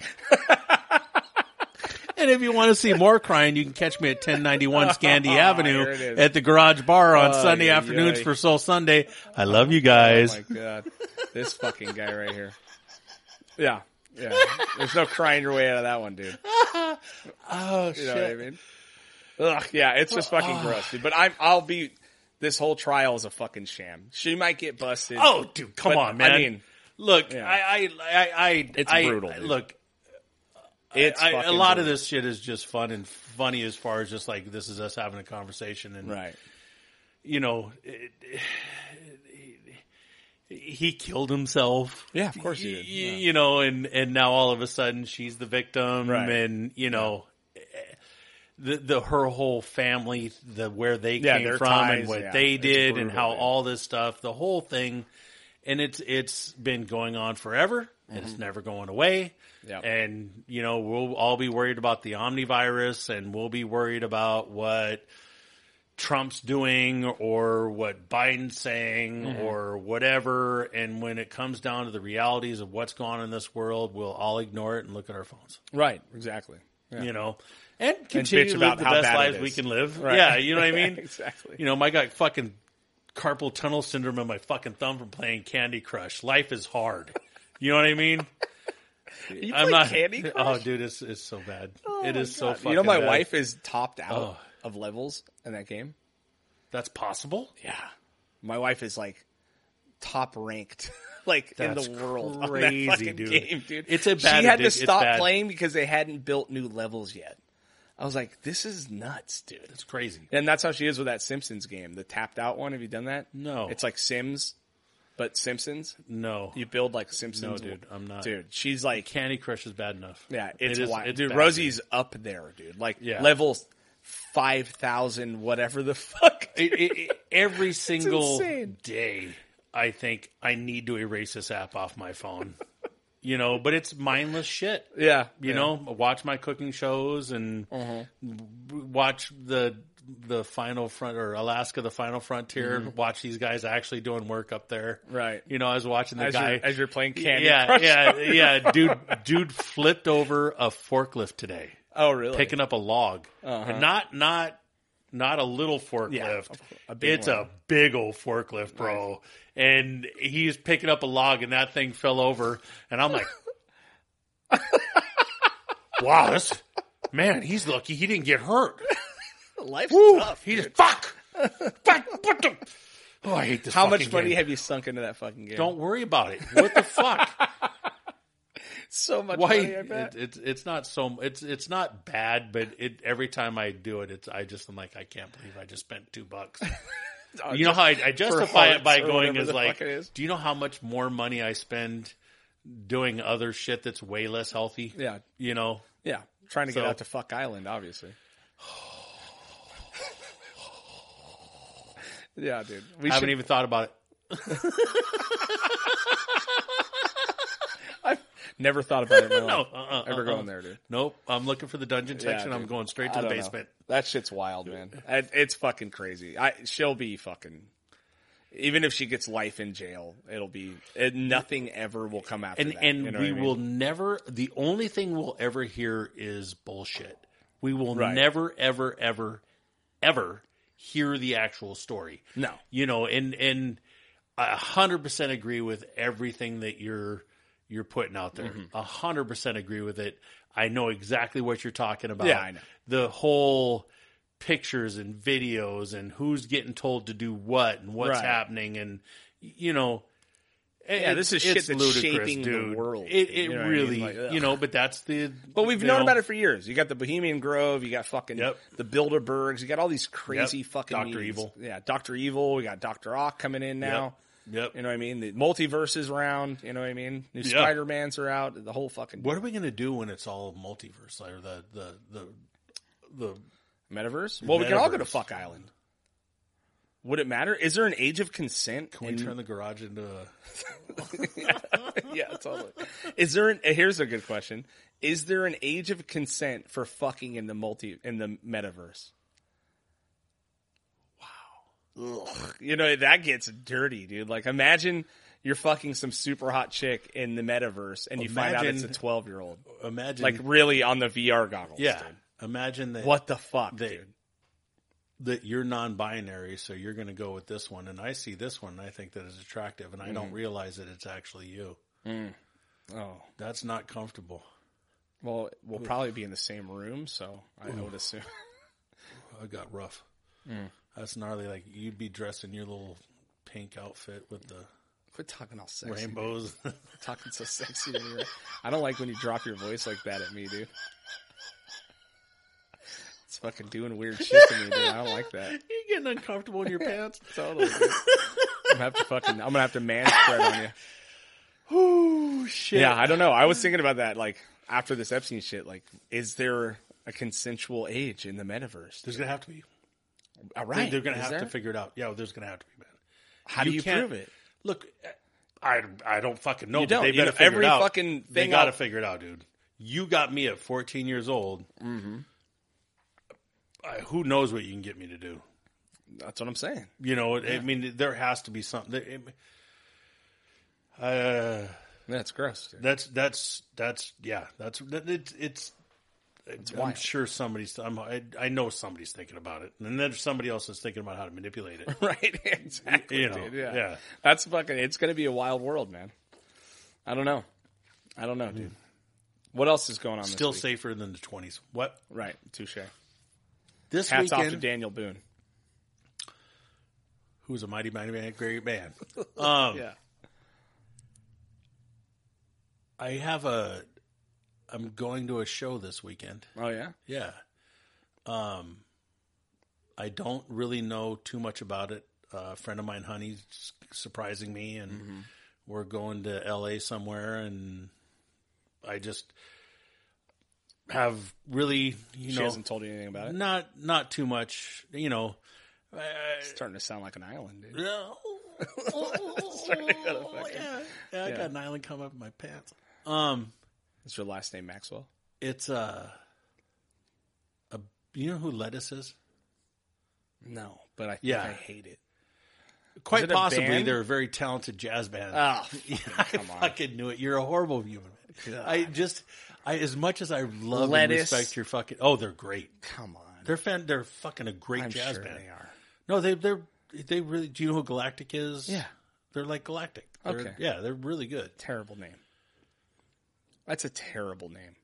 D: And if you want to see more crying, you can catch me at 1091 Scandy Avenue
E: There it is.
D: at the Garage Bar on
E: Ay,
D: Sunday
E: ay,
D: afternoons
E: ay.
D: for Soul Sunday. I love you guys.
E: Oh my god, this fucking guy right here. Yeah, yeah. There's no crying your way out of that one, dude.
D: oh
E: You
D: shit! Oh.
E: know what I mean? Ugh, yeah, it's just fucking gross, dude. But I'm, I'll be. This whole trial is a fucking sham. She might get busted.
D: Oh, dude, come
E: But,
D: on, man.
E: I mean,
D: look,
E: yeah.
D: I, I, I, I,
E: It's
D: I-
E: brutal, dude.
D: Look,
E: it's
D: I, a
E: fucking
D: lot of
E: brutal.
D: this shit is just fun and funny as far as just like this is us having a conversation and
E: right.
D: you know, it, he killed himself.
E: Yeah, of course
D: Y-
E: he did.
D: y-
E: Yeah.
D: You know, and and now all of a sudden she's the victim,
E: Right.
D: and you know, the the her whole family, the where they
E: Yeah,
D: came
E: their
D: from
E: ties,
D: and what
E: yeah.
D: they
E: It's
D: did, and
E: brutal,
D: how
E: man.
D: all this stuff, the whole thing, and it's it's been going on forever. and it's never going away.
E: Mm-hmm. Yep.
D: And you know, we'll all be worried about the omnivirus and we'll be worried about what Trump's doing or what Biden's saying
E: Mm-hmm.
D: or whatever. And when it comes down to the realities of what's gone on in this world, we'll all ignore it and look at our phones.
E: Right. Exactly. Yeah.
D: You know. And continue
E: bitch
D: to live
E: about
D: the
E: how
D: best
E: bad it
D: lives
E: is.
D: we can live.
E: Right.
D: Yeah, you know what I mean?
E: exactly.
D: You know, my got fucking carpal tunnel syndrome in my fucking thumb from playing Candy Crush. Life is hard. You know what I mean?
E: You
D: I'm
E: play
D: not
E: Candy
D: Oh,
E: Crush? Oh,
D: dude, it's it's so bad. it is so
E: God.
D: fucking.
E: You know, my
D: bad.
E: wife is topped out
D: Oh.
E: of levels in that game.
D: That's possible.
E: Yeah, my wife is like top ranked, like
D: That's
E: in the world.
D: crazy,
E: on that fucking
D: dude.
E: Game, dude.
D: It's a bad
E: She had
D: addic-
E: to
D: it's
E: stop
D: bad.
E: playing because they hadn't built new levels yet. I was like, this is nuts, dude.
D: It's crazy.
E: And that's how she is with that Simpsons game, the tapped out one. Have you done that?
D: No.
E: It's like Sims, but Simpsons.
D: No,
E: You build like Simpsons.
D: dude, I'm not.
E: Dude, she's like
D: Candy Crush is bad enough.
E: yeah, it's
D: It is-
E: wild.
D: it's
E: dude,
D: bad,
E: Rosie's up there, dude. Like
D: Yeah.
E: level five thousand, whatever the fuck.
D: It- it- it- every single
E: insane.
D: day, I think I need to erase this app off my phone. you know, but it's mindless shit.
E: yeah,
D: you know watch my cooking shows and w-
E: Mm-hmm.
D: watch the the final front or alaska the final frontier watch these guys actually doing work up there
E: Mm-hmm. Right.
D: you know i was watching the
E: as
D: guy
E: you're, as you're playing Candy
D: yeah
E: Crush.
D: yeah yeah dude dude flipped over a forklift today
E: Oh, really?
D: picking up a log and not not not a little forklift
E: Uh-huh. a big
D: it's
E: one.
D: a big old forklift bro and he's picking up a log and that thing fell over and i'm like wow that's, man he's lucky he didn't get hurt
E: Life's
D: Woo!
E: tough.
D: he just fuck fuck what the oh i hate this
E: How much
D: fucking
E: money
D: game.
E: have you sunk into that fucking game?
D: don't worry about it what the fuck
E: so much
D: why
E: money. I
D: it,
E: bet.
D: it's it's not so it's it's not bad but it every time i do it it's i just i'm like i can't believe i just spent two bucks
E: Oh,
D: you know how I, I justify it
E: hearts
D: by
E: or
D: going
E: whatever
D: is
E: the
D: like
E: fuck it is.
D: do you know how much more money i spend doing other shit that's way less healthy
E: Yeah.
D: you know
E: yeah, trying to get
D: So-
E: out to Fuck Island, obviously. yeah, dude. We
D: i
E: should,
D: haven't even thought about it
E: I've never thought about it. In my
D: no
E: life.
D: uh-uh,
E: ever
D: uh-uh.
E: going there, dude.
D: nope i'm looking for the dungeon
E: Yeah,
D: section i'm
E: dude.
D: going straight
E: I
D: to the
E: don't know.
D: basement
E: That shit's wild, man. I, it's fucking crazy. I she'll be fucking. Even if she gets life in jail, it'll be it, nothing ever will come after
D: and
E: that.
D: and
E: you know
D: we
E: what I mean?
D: will never the only thing we'll ever hear is bullshit we will
E: Right.
D: never ever ever ever hear the actual story
E: No.
D: you know and and i 100% agree with everything that you're you're putting out there
E: Mm-hmm.
D: A 100% agree with it i know exactly what you're talking about
E: Yeah, I know.
D: the whole pictures and videos and who's getting told to do what and what's
E: Right.
D: happening and you know
E: Yeah, this is shit
D: it's
E: that's
D: ludicrous,
E: shaping the
D: dude.
E: world.
D: It, it
E: You know what I mean?
D: really,
E: Like, ugh.
D: you know, but that's the.
E: But we've known about it for years. You got the Bohemian Grove, you got fucking
D: Yep.
E: the Bilderbergs, you got all these crazy
D: Yep.
E: fucking
D: Dr.
E: meetings.
D: Evil.
E: Yeah, Doctor Evil. We got Doctor Ock coming in now.
D: Yep.
E: You know what I mean? The multiverse is round. You know what I mean? New
D: Yeah.
E: Spider Mans are out. The whole fucking
D: what are we gonna do when it's all multiverse or the the the the?
E: metaverse. Well, we can all go to
D: Metaverse.
E: Fuck Island. Would it matter? Is there an age of consent?
D: Can we turn the garage into? A,
E: yeah, totally. Is there an? Here's a good question. Is there an age of consent for fucking in the multi in the metaverse? Wow. Ugh. You know that gets dirty, dude. Like imagine you're fucking some super hot chick in the metaverse, and you find out it's a
D: Imagine-
E: twelve year old.
D: imagine
E: Like really on the VR goggles.
D: yeah.
E: dude.
D: Imagine that
E: What the fuck,
D: They-
E: dude?
D: that you're non-binary, so you're gonna go with this one, and I see this one, and I think that is attractive, and I don't realize that it's actually you.
E: Oh.
D: That's not comfortable.
E: Well, we'll probably be in the same room, so I would assume.
D: I got rough. That's gnarly. Like you'd be dressed in your little pink outfit with the
E: Quit talking all sexy.
D: rainbows.
E: Talking so sexy to me. right? I don't like when you drop your voice like that at me, dude. It's fucking doing weird shit to me, dude. I don't like that.
D: You're getting uncomfortable in your pants.
E: Totally. Dude. I'm gonna have to fucking. I'm gonna have to man spread on you.
D: Oh shit!
E: Yeah, I don't know. I was thinking about that, like after this Epstein shit. Like, is there a consensual age in the metaverse?
D: there's gonna have to be.
E: all
D: They're gonna
E: is
D: have
E: there?
D: to figure it out. Yeah, there's gonna have to be, man.
E: How do
D: you
E: you
D: can't-
E: prove it?
D: Look, I I don't fucking know.
E: You
D: but
E: don't.
D: They
E: You
D: better
E: know,
D: figure
E: every
D: it out.
E: fucking
D: They
E: thing
D: got to
E: out-
D: figure it out, dude. You got me at 14 years old. Mm-hmm. I, who knows what you can get me to do?
E: That's what I'm saying.
D: You know, it I mean, there has to be something. That, it, uh,
E: That's gross. dude.
D: that's that's that's yeah. That's that, it's it's. I'm
E: wild.
D: sure somebody's. I'm, I, I know somebody's thinking about it, and then somebody else is thinking about how to manipulate it.
E: right? Exactly.
D: You know,
E: dude. Yeah.
D: yeah.
E: That's fucking. It's gonna be a wild world, man. I don't know. I don't know, dude. What else is going on?
D: Hmm. Still
E: this week?
D: safer than the 20s. What
E: right? Touche.
D: this
E: Hats off to
D: weekend?
E: Daniel Boone.
D: who's a mighty mighty man, great man. Um,
E: Yeah.
D: I have a. I'm going to a show this weekend.
E: Oh yeah.
D: Yeah. Um, I don't really know too much about it. Uh, a friend of mine, Honey's surprising me, and
E: Mm-hmm.
D: we're going to L.A. somewhere, and I just have really, you
E: She
D: know,
E: hasn't told you anything about it.
D: not not too much, you know.
E: It's starting to sound like an island, dude.
D: Starting to
E: go to fucking-
D: Oh, yeah, yeah, I
E: yeah.
D: got an island coming up in my pants. Um,
E: Is your last name Maxwell?
D: it's uh, a you know who lettuce is?
E: No, but I think
D: Yeah.
E: I hate it.
D: Quite
E: it a
D: possibly,
E: band?
D: they're a very talented jazz band.
E: Oh,
D: Yeah, I
E: on.
D: fucking knew it. You're a horrible human. I just, I as much as I love
E: Lettuce.
D: and respect your fucking. Oh, they're great.
E: come on.
D: They're fan. They're fucking a great
E: I'm
D: jazz
E: sure
D: band.
E: they are.
D: No, they they're they really. Do you know who Galactic is?
E: Yeah.
D: they're like Galactic. They're-
E: Okay.
D: yeah, they're really good.
E: Terrible name. That's a terrible name.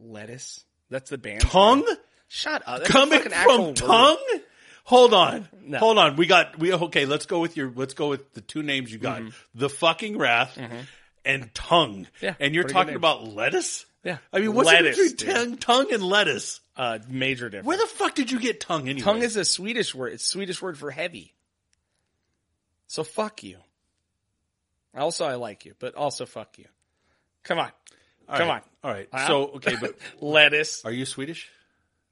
E: Lettuce. That's the band.
D: Tongue
E: Shut up. That's a
D: coming
E: fucking actual
D: from
E: word.
D: tongue. Hold on,
E: No.
D: hold on. We got we okay. Let's go with your. Let's go with the two names you
E: Mm-hmm.
D: got: the fucking wrath and tongue.
E: Yeah,
D: and you're
E: pretty good
D: talking
E: names.
D: about lettuce.
E: Yeah.
D: I mean, what's
E: Lettuce,
D: the
E: dude.
D: difference between tongue, tongue and lettuce?
E: Uh, major difference.
D: Where the fuck did you get tongue anyway?
E: tongue is a Swedish word. It's Swedish word for heavy. So fuck you. Also, I like you, but also fuck you. Come on.
D: All
E: come
D: right, All
E: on.
D: right.
E: Huh?
D: So okay, but
E: Lettuce.
D: are you Swedish?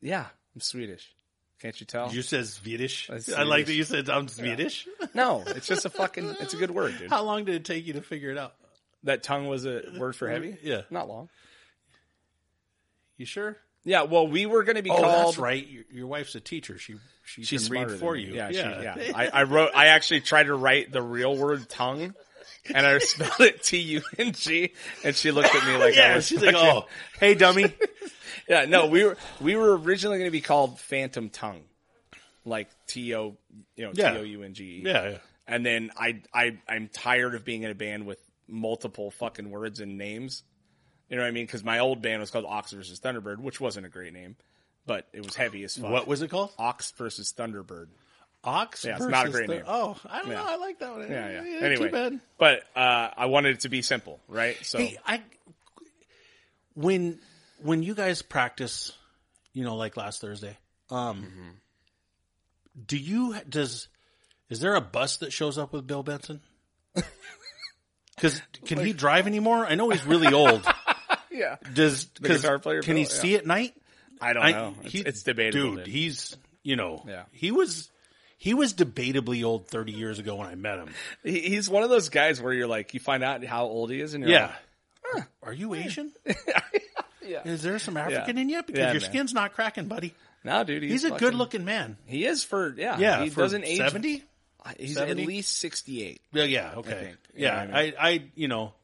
E: Yeah, I'm Swedish. Can't you tell?
D: You said Swedish.
E: I'm
D: I like
E: Oh. Swedish.
D: that you said I'm Swedish.
E: No, it's just a fucking. It's a good word, dude.
D: How long did it take you to figure it out?
E: That tongue was a word for heavy.
D: Yeah.
E: not long.
D: You sure?
E: Yeah. Well, we were going to be
D: Oh,
E: called.
D: that's right. Your, your wife's a teacher. She she
E: She's
D: can
E: smarter
D: read for
E: than me.
D: you.
E: Yeah, yeah. She, yeah. I, I wrote. I actually tried to write the real word tongue, and I spelled it T U N G, and she looked at me like, I
D: Yeah,
E: was
D: she's like,
E: fucking-
D: oh, hey, dummy.
E: yeah." No, we were we were originally going to be called Phantom Tongue, like T O, you know, T
D: Yeah.
E: O U N G. E.
D: Yeah, yeah.
E: And then I I I'm tired of being in a band with multiple fucking words and names. You know what I mean? Because my old band was called Ox versus Thunderbird, which wasn't a great name, but it was heavy as fuck.
D: What was it called?
E: Ox versus Thunderbird?
D: Ox.
E: Yeah, it's not a
D: versus the-
E: great name.
D: Oh, I don't
E: Yeah.
D: know. I like that one.
E: Yeah, yeah.
D: Anyway,
E: Anyway,
D: too bad.
E: but uh, I wanted it to be simple, right? So
D: Hey, I when when you guys practice, you know, like last Thursday, um, do you does is there a bus that shows up with Bill Benson? Because can he drive anymore? I know he's really old.
E: yeah,
D: Does because
E: guitar player
D: can he
E: Bill? Yeah.
D: see at night?
E: I don't know. It's,
D: he-
E: it's debatable,
D: dude.
E: dude.
D: He's you know,
E: Yeah.
D: he was he was debatably old thirty years ago when I met him.
E: He, he's one of those guys where you're like, you find out how old he is, and you're
D: Yeah.
E: like,
D: Are you Asian? Is there some African in you? Because
E: Yeah,
D: your
E: man.
D: skin's not cracking, buddy.
E: no, dude, he's,
D: He's a
E: fucking-
D: good looking man.
E: He is for yeah,
D: Yeah.
E: He
D: for
E: doesn't age.
D: 70?
E: He's
D: 70?
E: at least sixty eight.
D: Yeah, yeah, okay.
E: think. You
D: Yeah.
E: know what
D: I, I, you know,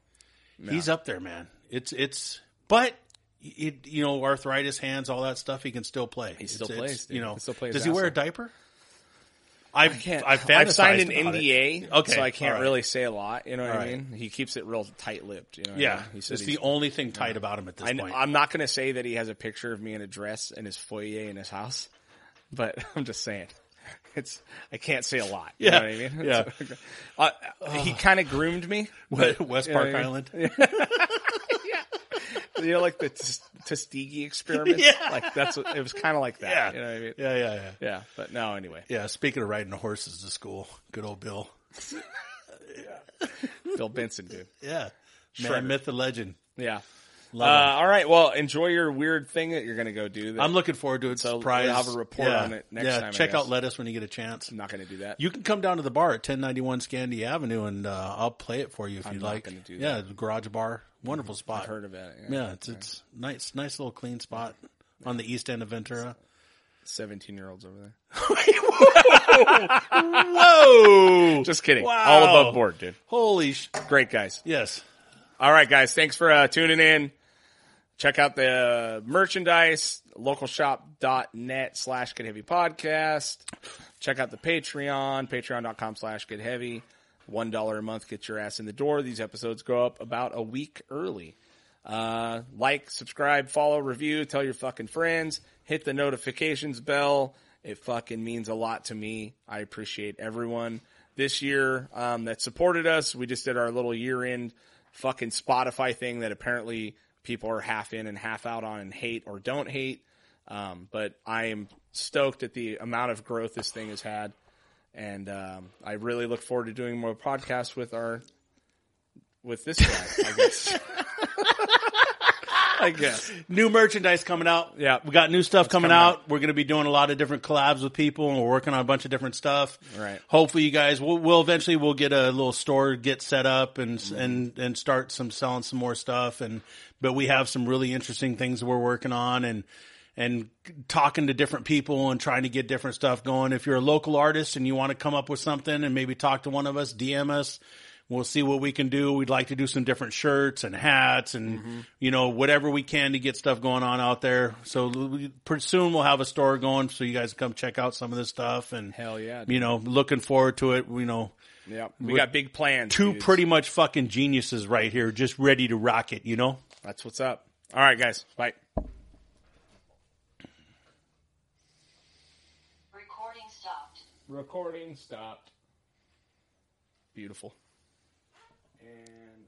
D: he's up there, man. It's, it's, but, it, you know, arthritis, hands, all that stuff, he can still play. He
E: still plays, dude.
D: You know,
E: He still plays
D: Does he wear a
E: awesome.
D: diaper? I've, I
E: Can't,
D: I've,
E: I've, signed an
D: fantasized about it.
E: NDA,
D: Okay,
E: so I can't
D: all right.
E: really say a lot. You know what I
D: right.
E: mean? He keeps it real tight lipped. You know what I
D: Yeah.
E: mean? he said
D: it's
E: he's-
D: the only thing tight about him at this
E: I
D: point.
E: am not going to say that he has a picture of me in a dress in his foyer in his house, but I'm just saying. It's I can't say a lot. You
D: Yeah,
E: know what I mean?
D: yeah.
E: So, uh, he kind of groomed me.
D: But West
E: you know
D: Park
E: what I mean?
D: Island.
E: You know, like the tes- Tuskegee experiment.
D: Yeah.
E: Like that's what, it was kind of like that.
D: Yeah.
E: You know what I mean?
D: Yeah, yeah, yeah.
E: Yeah, But no, anyway,
D: Yeah, speaking of riding horses to school, good old Bill.
E: Bill Benson, dude.
D: Yeah. Man, myth, and legend.
E: Yeah.
D: Love
E: Uh, all right. Well, enjoy your weird thing that you're going to go do. That
D: I'm looking forward to it.
E: So
D: surprise.
E: we'll have a report
D: Yeah.
E: on it next
D: yeah,
E: time, I
D: check
E: guess.
D: out Lettuce when you get a chance.
E: I'm not going to do that.
D: You can come down to the bar at 1091 Scandy Avenue, and uh, I'll play it for you if
E: I'm
D: you'd
E: not
D: like.
E: gonna do
D: yeah, the garage bar, wonderful spot.
E: I've heard of that. Yeah.
D: Yeah, it's it's nice, nice little clean spot on the east end of Ventura.
E: 17 year olds over there. Whoa. Just kidding.
D: Wow.
E: All above board, dude.
D: Holy sh!
E: Great guys.
D: Yes,
E: All right, guys. Thanks for uh, tuning in. Check out the uh, merchandise, localshop.net slash get heavy podcast. Check out the Patreon, patreon.com slash get heavy. $1 a month, get your ass in the door. These episodes go up about a week early. Uh, like, subscribe, follow, review, tell your fucking friends, hit the notifications bell. It fucking means a lot to me. I appreciate everyone this year um, that supported us. We just did our little year end fucking Spotify thing that apparently people are half in and half out on and hate or don't hate. Um, but I am stoked at the amount of growth this thing has had. And um, I really look forward to doing more podcasts with our with this guy. I guess. I guess.
D: new merchandise coming out.
E: Yeah.
D: we got new stuff coming,
E: coming
D: out. We're going to be doing a lot of different collabs with people, and we're working on a bunch of different stuff.
E: Right.
D: Hopefully, you guys will we'll eventually we'll get a little store get set up and and and start some selling some more stuff. And but we have some really interesting things we're working on and. And talking to different people and trying to get different stuff going. If you're a local artist and you want to come up with something and maybe talk to one of us, DM us. We'll see what we can do. We'd like to do some different shirts and hats and you know whatever we can to get stuff going on out there. So l- pretty soon we'll have a store going, so you guys come check out some of this stuff and
E: Hell yeah, dude.
D: you know looking forward to it. You know,
E: Yeah. We got big plans.
D: two
E: dudes.
D: pretty much fucking geniuses right here, just ready to rock it. You know.
E: That's what's up. All right, guys. Bye.
F: Recording stopped.
E: Recording stopped. Beautiful. And.